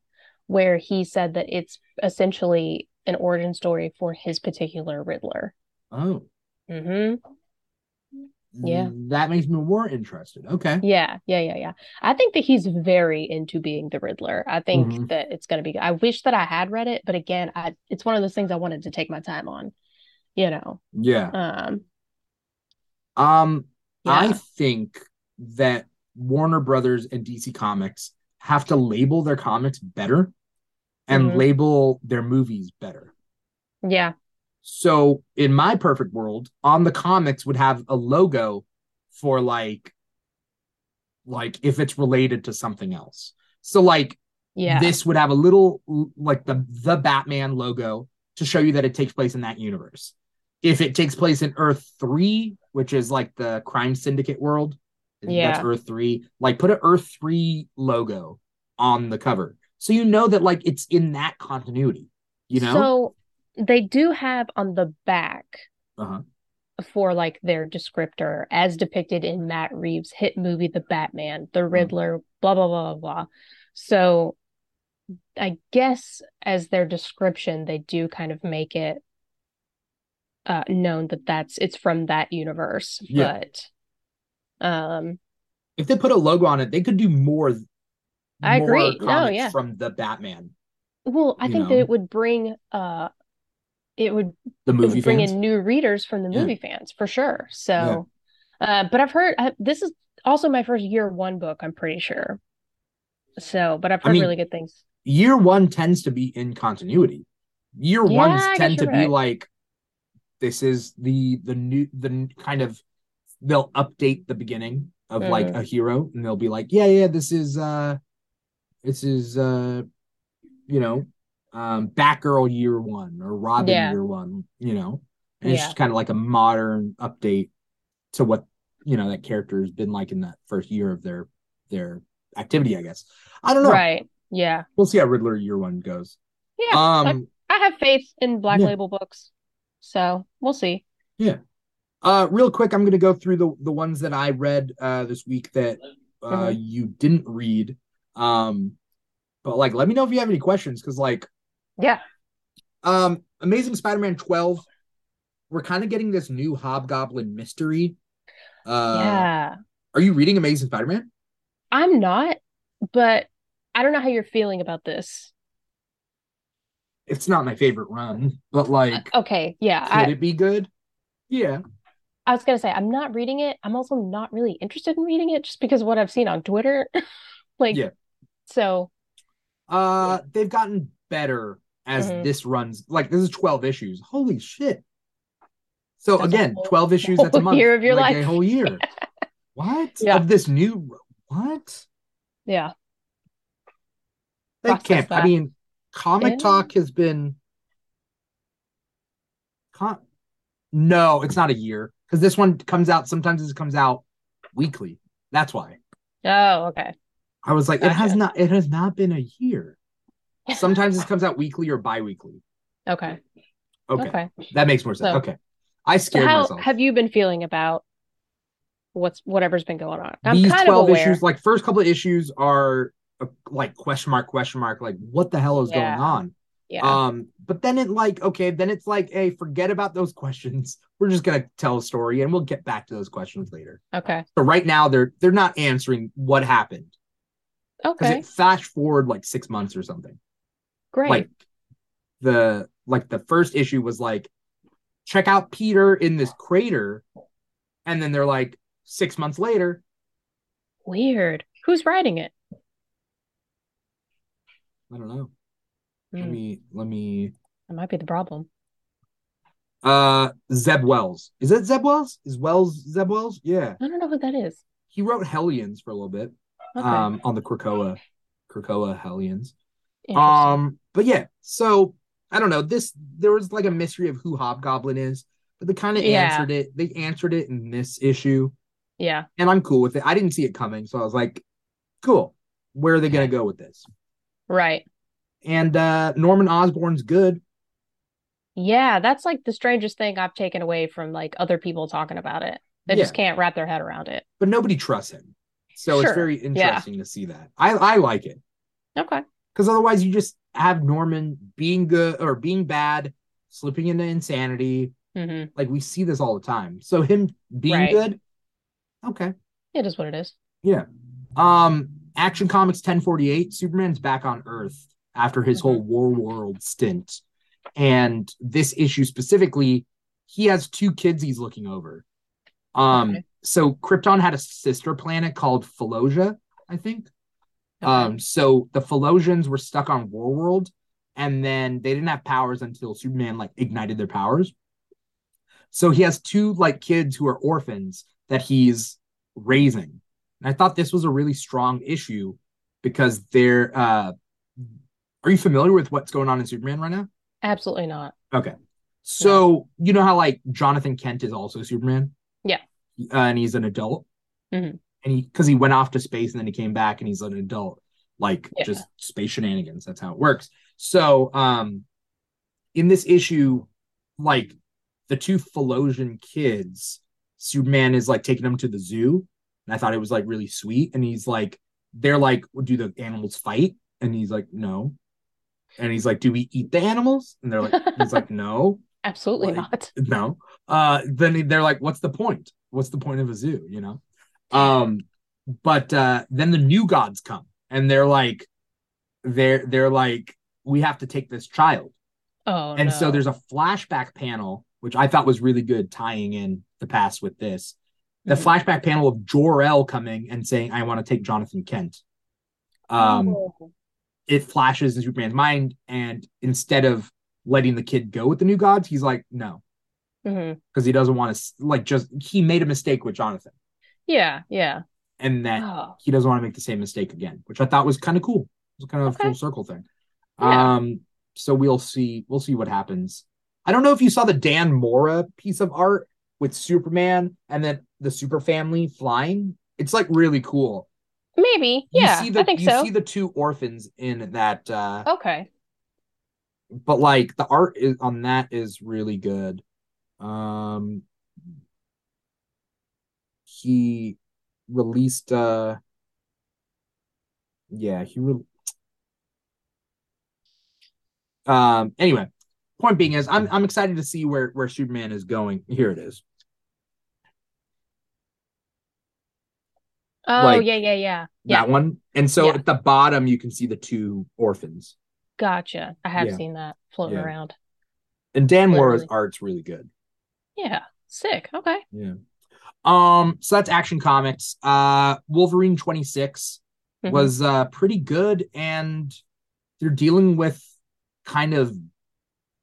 B: where he said that it's essentially an origin story for his particular Riddler.
A: Oh,
B: Mm-hmm. Yeah.
A: mm, That makes me more interested. Okay.
B: Yeah, yeah, yeah, yeah. I think that he's very into being the Riddler. I think
A: Mhm.
B: that it's going to be. I wish that I had read it, but again, I it's one of those things I wanted to take my time on. You know,
A: Yeah.
B: um,
A: Um, I
B: [laughs] Yeah.
A: think that Warner Brothers and DC Comics have to label their comics better and
B: Mhm.
A: label their movies better.
B: yeah,
A: So in my perfect world, on the comics would have a logo for like like if it's related to something else. So like
B: yeah,
A: this would have a little like the the Batman logo to show you that it takes place in that universe. If it takes place in Earth 3, which is like the crime syndicate world, I think that's
B: Yeah.
A: Earth 3, like put an Earth 3 logo on the cover. So you know that like it's in that continuity, you know?
B: So they do have on the back
A: Uh-huh.
B: for like their descriptor, as depicted in Matt Reeves' hit movie The Batman,
A: Mm-hmm.
B: The Riddler, blah blah blah blah blah. So I guess as their description, they do kind of make it uh known that that's it's from that universe.
A: Yeah.
B: But um
A: if they put a logo on it, they could do more.
B: I
A: more
B: agree. No,
A: comics
B: yeah.
A: From the Batman,
B: well, I
A: You
B: think that
A: know.
B: it would bring uh it would
A: the
B: it would
A: movie
B: bring
A: fans.
B: in new readers from the
A: Yeah.
B: movie fans for sure. So, uh, but I've heard I, this is also my first year one book. I'm pretty sure. So, but I've
A: I
B: heard
A: mean,
B: really good things.
A: Year one tends to be in continuity. Year
B: Yeah,
A: ones
B: I guess
A: tend to
B: you're
A: be
B: right.
A: like, this is the the new the n- kind of they'll update the beginning of
B: Mm.
A: like a hero, and they'll be like, yeah, yeah, this is uh, this is uh, you know, um, Batgirl year one or Robin
B: Yeah.
A: year one, you know, and it's
B: Yeah.
A: just kind of like a modern update to what you know that character has been like in that first year of their their activity. I guess I don't know.
B: Right. Yeah.
A: We'll see how Riddler year one goes.
B: Yeah.
A: um,
B: I have faith in Black
A: Yeah.
B: Label books. So we'll see.
A: uh, real quick, I'm gonna go through the the ones that I read uh this week that uh
B: Mhm.
A: you didn't read. Um, but like, let me know if you have any questions because like
B: Yeah.
A: Um, Amazing Spider-Man 12. We're kind of getting this new Hobgoblin mystery. Uh,
B: yeah.
A: Are you reading Amazing Spider-Man?
B: I'm not, but I don't know how you're feeling about this.
A: It's not my favorite run, but like,
B: Okay. Yeah.
A: could
B: Uh, oh, I,
A: it be good? Yeah.
B: I was gonna say I'm not reading it. I'm also not really interested in reading it just because of what I've seen on Twitter. [laughs] like
A: Yeah.
B: so
A: Uh, they've gotten better as
B: Mhm.
A: this runs. Like, this is 12 issues. Holy shit. So
B: That's a
A: again,
B: whole-
A: 12 issues. That's a
B: whole
A: month.
B: year of your
A: like,
B: life.
A: A whole
B: [laughs]
A: year. what?
B: Yeah.
A: Of this new what?
B: yeah.
A: That
B: Process
A: can't. I
B: that.
A: mean, Comic
B: Yeah.
A: Talk has been. Con- no, it's not a year because this one comes out. Sometimes it comes out weekly. That's why
B: Oh, okay.
A: I was like, it has
B: Gotcha.
A: not. It has not been a year.
B: [laughs]
A: Sometimes it comes out weekly or bi-weekly.
B: Okay.
A: Okay,
B: Okay.
A: that makes more sense.
B: So-
A: okay, I
B: So
A: scared
B: how
A: myself.
B: have you been feeling about what's whatever's been going on? I'm
A: These
B: kind
A: twelve
B: of aware.
A: issues, like first couple of issues, are uh, like question mark, question mark, like what the hell is
B: Yeah.
A: going on?
B: yeah.
A: Um, but then it like okay, then it's like, hey, forget about those [laughs] questions. We're just gonna tell a story and we'll get back to those questions later.
B: okay.
A: So right now they're they're not answering what happened because
B: Okay.
A: it flash forward like six months or something.
B: Great.
A: Like the like the first issue was like, check out Peter in this crater, and then they're like six months later.
B: Weird. Who's writing it?
A: I don't know. Let
B: Hmm,
A: me let me.
B: that might be the problem.
A: Uh, Zeb Wells is that Zeb Wells? Is Wells Zeb Wells? Yeah,
B: I don't know who that is.
A: he wrote Hellions for a little bit.
B: Okay.
A: um on the Krakoa Krakoa Hellions.
B: Interesting.
A: Um but yeah, so I don't know. This there was like a mystery of who Hobgoblin is, but they kind of
B: Yeah.
A: answered it. They answered it in this issue,
B: yeah.
A: and I'm cool with it. I didn't see it coming, so I was like, cool. Where are they gonna go with this?
B: Right.
A: And uh Norman Osborn's good.
B: Yeah, that's like the strangest thing I've taken away from like other people talking about it. They
A: yeah,
B: just can't wrap their head around it.
A: but nobody trusts him. So it's
B: Sure,
A: very interesting to see that. I I like it.
B: Okay.
A: because otherwise you just have Norman being good or being bad, slipping into insanity.
B: Mm-hmm.
A: Like we see this all the time. So him being
B: Right.
A: good Okay.
B: It is what it is.
A: Um, Action Comics 1048, Superman's back on Earth after his
B: Mm-hmm.
A: whole War World stint. And this issue specifically, he has two kids he's looking over. Um,
B: Okay.
A: so Krypton had a sister planet called Philosia, I think.
B: Okay.
A: Um, so the Philosians were stuck on War World, and then they didn't have powers until Superman like ignited their powers. So he has two like kids who are orphans that he's raising. And I thought this was a really strong issue because they're uh are you familiar with what's going on in Superman right now?
B: Absolutely not.
A: So you know how like Jonathan Kent is also Superman?
B: Yeah.
A: Uh, and he's an adult.
B: Mhm.
A: And he because he went off to space and then he came back and he's an adult. Like
B: Yeah.
A: just space shenanigans. That's how it works. So um in this issue, like the two Philosian kids, Superman is like taking them to the zoo. And I thought it was like really sweet. And he's like, they're like, do the animals fight? And he's like, no. And he's like, do we eat the animals? And they're like, he's
B: [laughs]
A: like, no
B: Absolutely
A: Like-
B: not. [laughs]
A: no uh then they're like what's the point what's the point of a zoo you know um but uh then the new gods come and they're like they're they're like we have to take this child
B: Oh,
A: and
B: no.
A: so there's a flashback panel which i thought was really good tying in the past with this the
B: Mhm.
A: flashback panel of jor-el coming and saying i want to take jonathan kent um
B: Oh.
A: it flashes in superman's mind and instead of letting the kid go with the new gods he's like no
B: Mhm.
A: because he doesn't want to like just he made a mistake with Jonathan
B: Yeah, yeah.
A: and that
B: Oh,
A: he doesn't want to make the same mistake again, which I thought was kind of cool. It was kind of
B: Okay.
A: a full circle thing.
B: Yeah.
A: Um, so we'll see. We'll see what happens. I don't know if you saw the Dan Mora piece of art with Superman and then the Super Family flying. It's like really cool. [gasps]
B: maybe.
A: You
B: yeah,
A: see the,
B: I think
A: you
B: so.
A: see the two orphans in that, uh,
B: Okay.
A: but like the art is, on that is really good. Um, he released uh yeah he re- um anyway point being is i'm i'm excited to see where where superman is going here it is
B: Oh,
A: Like-
B: yeah, yeah, yeah. Yeah,
A: that one and so
B: Yeah.
A: at the bottom you can see the two orphans
B: gotcha. I have
A: Yeah.
B: seen that floating
A: Yeah.
B: around.
A: and dan mora's
B: Literally.
A: art's really good
B: Yeah. Sick. Okay.
A: yeah um so that's action comics uh wolverine 26
B: Mhm.
A: was uh, pretty good, and they're dealing with kind of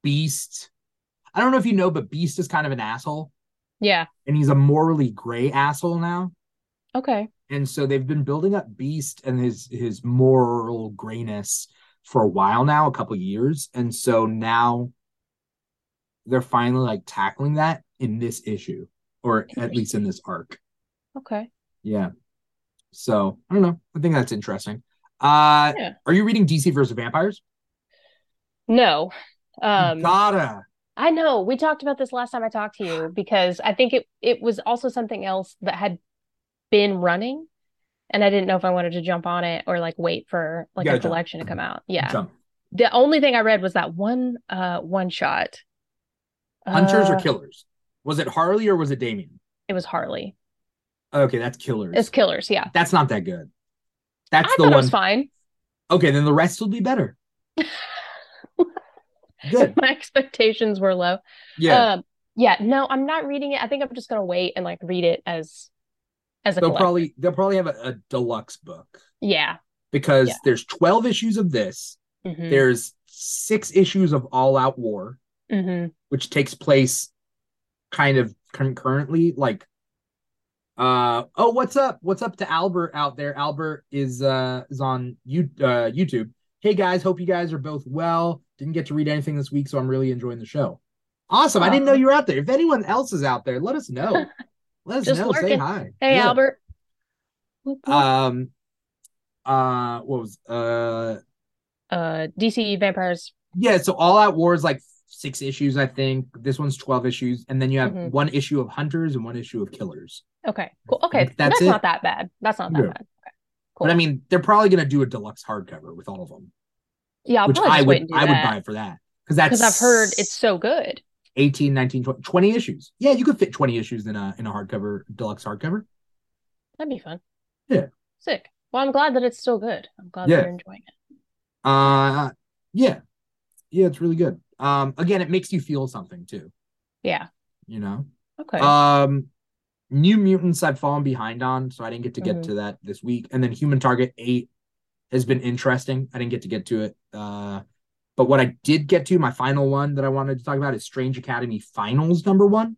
A: Beast. I don't know if you know, but Beast is kind of an asshole,
B: Yeah.
A: and he's a morally gray asshole now.
B: Okay.
A: And so they've been building up Beast and his his moral grayness for a while now, a couple years, and so now they're finally like tackling that in this issue, or at least in this arc.
B: Okay.
A: Yeah. So I don't know. I think that's interesting. Uh
B: Yeah.
A: are you reading DC versus vampires?
B: No.
A: You
B: Um
A: gotta.
B: I know we talked about this last time I talked to you because I think it it was also something else that had been running and I didn't know if I wanted to jump on it or like wait for like
A: gotta
B: a
A: jump.
B: collection to come out. Yeah.
A: Jump.
B: The only thing I read was that one uh one shot.
A: Hunters or
B: Uh,
A: killers? Was it Harley or was it Damien?
B: It was Harley.
A: Okay, that's killers.
B: It's Killers, yeah.
A: That's not that good. That's
B: I
A: the
B: thought it
A: one.
B: was fine.
A: Okay, then the rest will be
B: [laughs]
A: better. good.
B: My expectations were low.
A: Yeah.
B: Um yeah, no, I'm not reading it. I think I'm just gonna wait and like read it as as a
A: they'll
B: collect-
A: probably they'll probably have a, a deluxe book
B: Yeah.
A: because
B: Yeah.
A: there's 12 issues of this.
B: Mhm.
A: There's six issues of All Out War.
B: Mhm.
A: which takes place kind of concurrently like uh oh what's up what's up to albert out there albert is uh is on you uh youtube hey guys hope you guys are both well didn't get to read anything this week so i'm really enjoying the show awesome i didn't know you were out there if anyone else is out there let us
B: [laughs]
A: know let us
B: Just
A: know say
B: lurking.
A: hi
B: Hey
A: Yeah.
B: Albert. Whoop, whoop.
A: um uh what was uh
B: uh DC Vampires.
A: Yeah, so All Out War is like six issues, I think. This one's 12 issues. And then you have
B: Mhm.
A: one issue of Hunters and one issue of Killers.
B: Okay, cool. Okay,
A: think that's
B: that's
A: it.
B: not that bad. That's not that
A: Yeah.
B: bad. Okay,
A: But I
B: cool.
A: mean, they're probably going to do a deluxe hardcover with all of them,
B: Yeah, I'll
A: which
B: probably
A: I
B: just wait
A: would
B: and do
A: I would
B: that
A: buy for that. Because that's
B: because I've heard it's so good.
A: 18, 19, 20, 20 issues. Yeah, you could fit 20 issues in a in a hardcover deluxe hardcover.
B: That'd be fun.
A: Yeah.
B: Sick. Well, I'm glad that it's still good. I'm glad
A: Yeah.
B: that you're enjoying it.
A: Uh, yeah, yeah, it's really good. Um, again, it makes you feel something too.
B: Yeah.
A: You know.
B: Okay.
A: Um, New Mutants I've fallen behind on, so I didn't get to get
B: Mhm.
A: to that this week. And then Human Target Eight has been interesting. I didn't get to get to it. Uh, but what I did get to, my final one that I wanted to talk about is Strange Academy Finals number one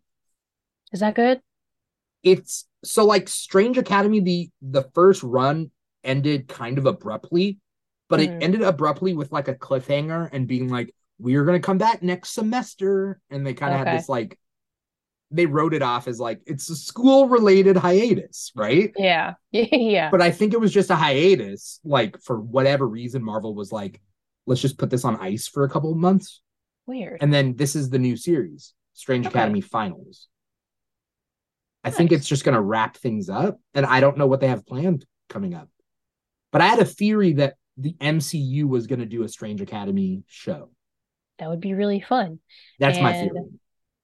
B: Is that good?
A: it's so like strange academy the the first run ended kind of abruptly but
B: Mhm.
A: it ended abruptly with like a cliffhanger and being like we're going to come back next semester and they kind of
B: Okay.
A: had this like they wrote it off as like it's a school related hiatus right
B: Yeah. [laughs] yeah.
A: but i think it was just a hiatus like for whatever reason marvel was like let's just put this on ice for a couple of months
B: Weird.
A: and then this is the new series, Strange
B: Okay.
A: Academy Finals. I think
B: Nice.
A: it's just going to wrap things up, and I don't know what they have planned coming up. But I had a theory that the MCU was going to do a Strange Academy show.
B: That would be really fun.
A: That's my
B: And-
A: theory.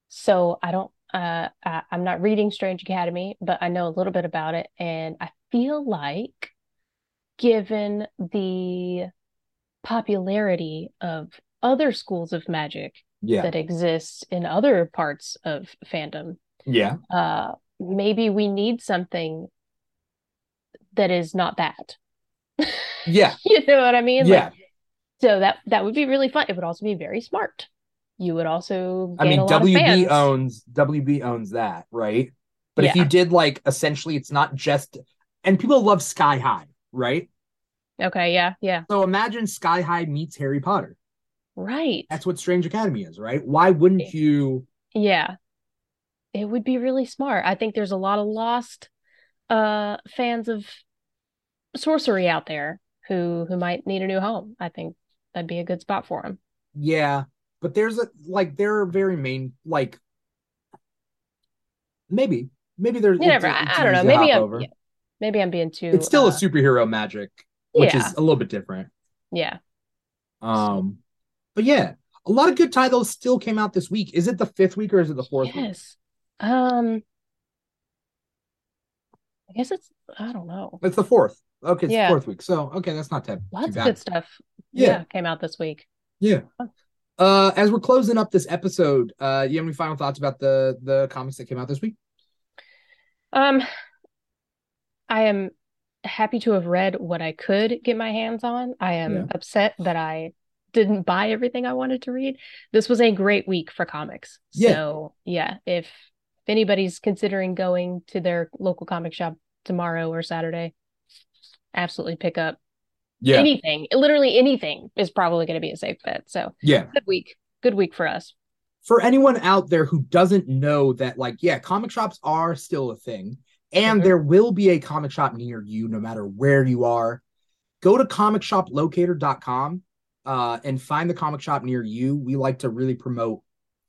B: So I don't uh I, I'm not reading Strange Academy, but I know a little bit about it and I feel like given the popularity of other schools of magic
A: Yeah,
B: that exist in other parts of fandom,
A: yeah,
B: uh maybe we need something that is not that. [laughs]
A: yeah,
B: You know what I mean? Like
A: yeah.
B: so that that would be really fun. It would also be very smart. You would also
A: I
B: gain
A: mean,
B: a lot of fans.
A: WB owns WB owns that, right? But if
B: Yeah.
A: you did like essentially, it's not just and people love Sky High, right?
B: Okay, yeah, yeah.
A: So imagine Sky High meets Harry Potter.
B: Right.
A: That's what Strange Academy is, right? Why wouldn't you?
B: Yeah. It would be really smart. I think there's a lot of lost uh fans of sorcery out there who who might need a new home. I think that'd be a good spot for them.
A: Yeah, but there's a like there are very main like maybe maybe there's
B: You never,
A: it's a-
B: I,
A: it's
B: I don't know.
A: easy to
B: Maybe
A: hop
B: I'm
A: over.
B: yeah, maybe I'm being too
A: it's still a
B: uh,
A: superhero magic, which
B: yeah,
A: is a little bit different.
B: yeah.
A: Um, but yeah, a lot of good titles still came out this week. Is it the fifth week or is it the fourth? Week?
B: Yes. Um I guess it's I don't know.
A: It's the fourth. Okay, it's
B: Yeah.
A: the fourth week. So okay, that's not that
B: Lots
A: too
B: of
A: bad.
B: good stuff.
A: Yeah.
B: Yeah, came out this week.
A: Yeah.
B: Oh.
A: Uh, as we're closing up this episode, uh, you have any final thoughts about the the comics that came out this week?
B: Um, I am happy to have read what I could get my hands on. I am
A: Yeah.
B: upset that I didn't buy everything I wanted to read. This was a great week for comics.
A: Yeah.
B: So, yeah, if if anybody's considering going to their local comic shop tomorrow or Saturday, absolutely pick up anything. Literally anything is probably going to be a safe bet. So,
A: yeah.
B: good week. Good week for us.
A: for anyone out there who doesn't know that, like, yeah, comic shops are still a thing, and
B: Mhm.
A: there will be a comic shop near you no matter where you are. Go to comicshoplocator.com uh, and find the comic shop near you. We like to really promote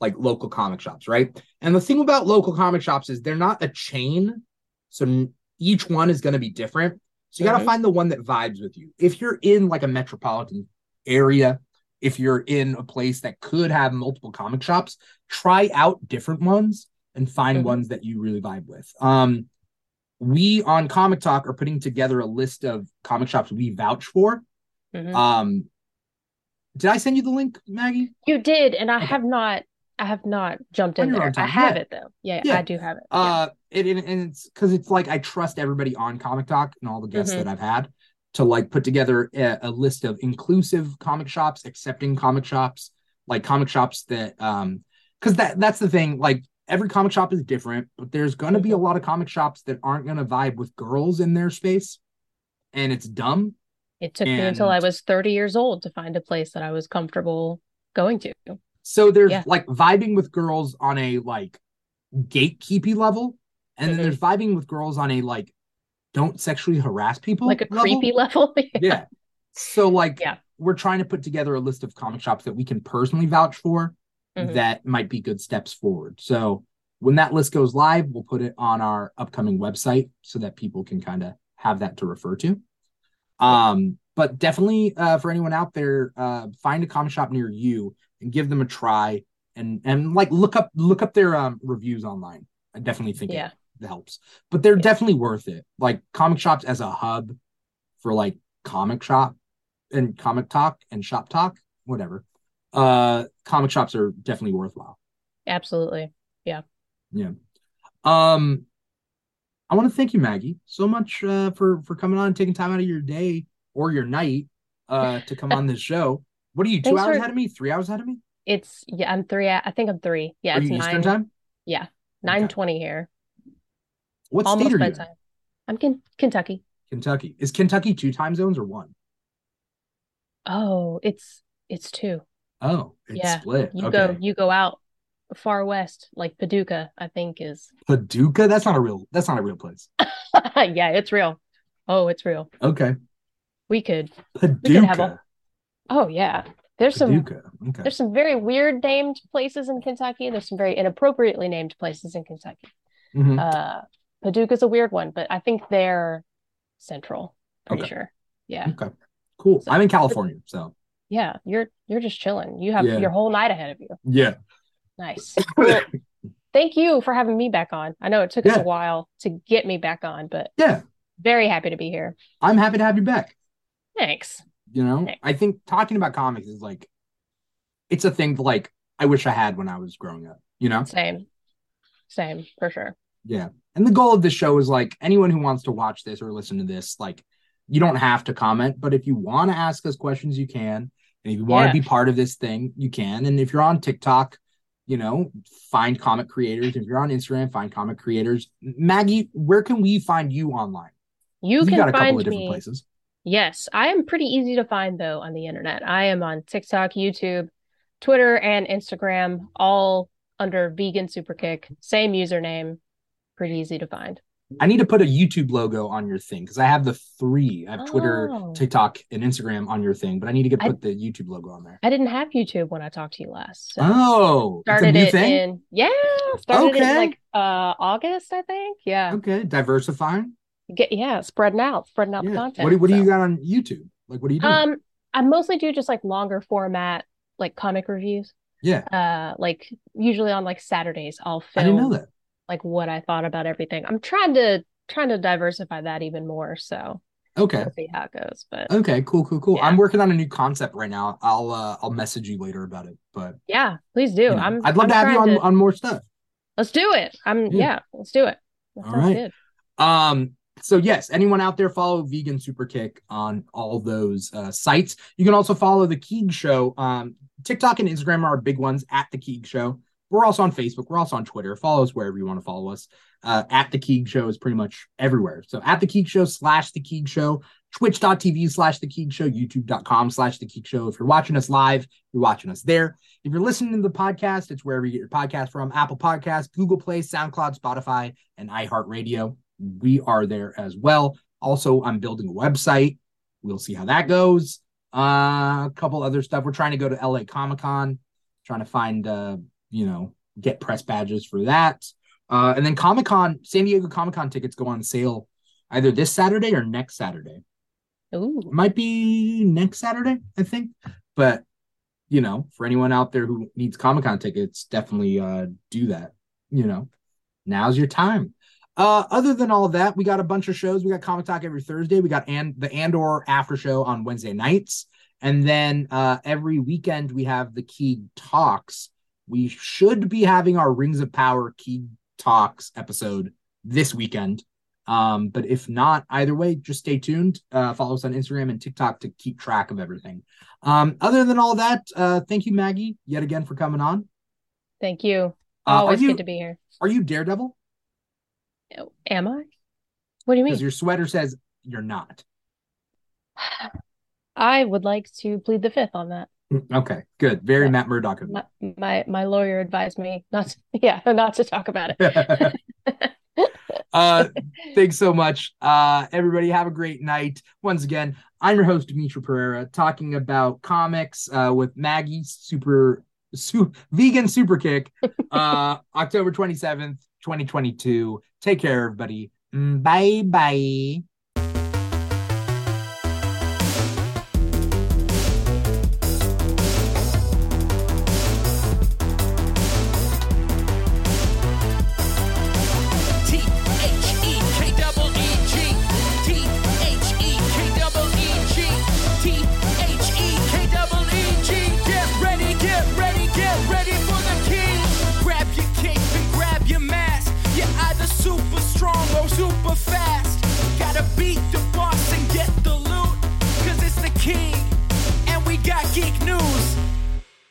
A: like local comic shops, right? And the thing about local comic shops is they're not a chain. So n- each one is going to be different. So you got to
B: Mhm.
A: find the one that vibes with you. If you're in like a metropolitan area, if you're in a place that could have multiple comic shops, try out different ones and find
B: Mhm.
A: ones that you really vibe with. Um, we on Comic Talk are putting together a list of comic shops we vouch for.
B: Mhm.
A: Um, did I send you the link, Maggie?
B: You did, and I
A: Okay.
B: have not I have not jumped
A: On
B: in
A: your
B: there.
A: own
B: I
A: time,
B: have
A: yeah.
B: it though. Yeah,
A: Yeah.
B: I do have it. Yeah.
A: Uh, it, and, and it's because it's like I trust everybody on Comic Talk and all the guests
B: Mhm.
A: that I've had to like put together a, a list of inclusive comic shops, accepting comic shops, like comic shops that um, because that that's the thing. Like every comic shop is different, but there's gonna be a lot of comic shops that aren't gonna vibe with girls in their space, and it's dumb.
B: It took me until I
A: and-
B: was 30 years old to find a place that I was comfortable going to.
A: So there's
B: Yeah.
A: like vibing with girls on a like gatekeepy level, and
B: Mhm.
A: then there's vibing with girls on a like don't sexually harass people
B: Like a
A: level.
B: creepy [laughs] level.
A: yeah. So like
B: Yeah.
A: we're trying to put together a list of comic shops that we can personally vouch for
B: Mhm.
A: that might be good steps forward. So when that list goes live, we'll put it on our upcoming website so that people can kind of have that to refer to. Um, but definitely uh, for anyone out there, uh, find a comic shop near you and give them a try and and like look up look up their um, reviews online. I definitely think it
B: Yeah.
A: helps. But they're definitely worth it. Like comic shops as a hub for like comic shop and comic talk and shop talk, whatever. Uh comic shops are definitely worthwhile.
B: Absolutely. Yeah.
A: Yeah. Um I want to thank you, Maggie, so much uh, for for coming on and taking time out of your day or your night uh, to come on this show. What are you? Two
B: Thanks
A: hours
B: for-
A: ahead of me? Three hours ahead of me?
B: It's yeah, I'm three I think I'm three. Yeah,
A: are
B: it's
A: you Eastern
B: nine
A: time?
B: yeah. Nine twenty here.
A: What
B: Almost
A: state are you? in?
B: bedtime. I'm Ken- Kentucky.
A: Kentucky. Is Kentucky two time zones or one?
B: Oh, it's it's two.
A: Oh, it's
B: Yeah.
A: split.
B: You
A: okay.
B: go you go out far west, like Paducah, I think is [laughs]
A: Paducah? That's not a real that's not a real place.
B: yeah, it's real. Oh, it's real.
A: Okay.
B: We could could have
A: Paducah.
B: a- oh yeah. There's some
A: Paducah. Okay.
B: there's some very weird named places in Kentucky. There's some very inappropriately named places in Kentucky.
A: Mhm.
B: Uh, Paducah's a weird one, but I think they're central. Pretty
A: Okay. Hmm.
B: sure. Yeah,
A: Okay. Cool.
B: so-
A: I'm in California, so
B: yeah. You're you're just chilling. You have
A: Yeah.
B: your whole night ahead of you.
A: yeah. [laughs]
B: Nice. Well, thank you for having me back on. I know it took us
A: Yeah.
B: a while to get me back on, but
A: Yeah.
B: very happy to be here.
A: I'm happy to have you back.
B: Thanks.
A: you know
B: Okay.
A: i think talking about comics is like it's a thing that, like i wish i had when i was growing up you know
B: Same. Same for sure.
A: yeah and the goal of this show is like anyone who wants to watch this or listen to this like you don't have to comment but if you want to ask us questions you can and if you want
B: Yeah.
A: to be part of this thing you can and if you're on tiktok you know find comic creators if you're on instagram find comic creators maggie where can we find you online
B: You can
A: got a couple
B: find
A: of different
B: me.
A: places
B: Yes, I am pretty easy to find though on the internet. I am on TikTok, YouTube, Twitter, and Instagram, all under Vegan Superkick. Same username, pretty easy to find.
A: I need to put a YouTube logo on your thing because I have the three. I have Twitter,
B: Oh.
A: TikTok, and Instagram on your thing, but I need to get
B: I-
A: put the YouTube logo on there.
B: I didn't have YouTube when I talked to you last. So
A: Oh, it's a
B: started
A: new
B: it
A: thing.
B: in yeah, started it in
A: Okay.
B: like uh August, I think. Yeah.
A: okay, diversifying.
B: Get yeah, spreading out, spreading out the
A: Yeah.
B: content.
A: What do, what do
B: so.
A: you got on YouTube? Like, what do you do?
B: Um, I mostly do just like longer format, like comic reviews.
A: yeah,
B: Uh, like usually on like Saturdays, I'll
A: I didn't know
B: film
A: that.
B: like what I thought about everything. I'm trying to trying to diversify that even more, so
A: Okay,
B: we'll see how it goes. But
A: okay, cool, cool, cool.
B: Yeah.
A: I'm working on a new concept right now. I'll uh, I'll message you later about it. But
B: yeah, please do.
A: you know,
B: I'm
A: I'd love
B: I'm
A: to have you on,
B: trying to-
A: on more stuff.
B: let's do it. I'm
A: Yeah.
B: yeah, let's do it.
A: All
B: That sounds
A: right.
B: good.
A: Um, so yes, anyone out there follow Vegan Superkick on all those uh, sites. You can also follow the Keeg Show. Um, TikTok and Instagram are our big ones at the Keeg Show. We're also on Facebook. We're also on Twitter. Follow us wherever you want to follow us. Uh, at the Keeg Show is pretty much everywhere. So at the Keeg Show slash the Keeg Show, twitch.tv slash the Keeg Show, youtube.com slash the Keeg Show. If you're watching us live, you're watching us there. If you're listening to the podcast, it's wherever you get your podcast from Apple Podcasts, Google Play, SoundCloud, Spotify, and iHeartRadio. We are there as well. Also, I'm building a website. We'll see how that goes. Uh, a couple other stuff. We're trying to go to LA Comic Con, trying to find, uh, you know, get press badges for that. Uh, and then Comic Con, San Diego Comic Con tickets go on sale either this Saturday or next Saturday
B: Ooh,
A: might be next Saturday, I think. But you know, for anyone out there who needs Comic Con tickets, definitely uh do that. You know, now's your time. Uh, other than all that, we got a bunch of shows. We got Comic Talk every Thursday. We got and the Andor after show on Wednesday nights, and then uh, every weekend we have the Key Talks. We should be having our Rings of Power Key Talks episode this weekend. Um, but if not, either way, just stay tuned. Uh, follow us on Instagram and TikTok to keep track of everything. Um, other than all that, uh, thank you, Maggie, yet again for coming on.
B: thank you.
A: Uh, are
B: Always
A: you
B: Oh, good to be here.
A: are you Daredevil?
B: Am I? What do you mean?
A: Because your sweater says you're not.
B: I would like to plead the fifth on that.
A: Okay, good. Very
B: Yeah.
A: Matt Murdock of you.
B: My my, my lawyer advised me not to, [laughs] yeah, not to talk about it.
A: [laughs] uh, thanks so much. Uh, everybody, have a great night. Once again, I'm your host, Demetri Pereira, talking about comics uh, with Maggie, super, su- vegan super kick, uh, October 27th, 2022. Take care, everybody. Mm, Bye bye.
C: T super fast. Gotta beat the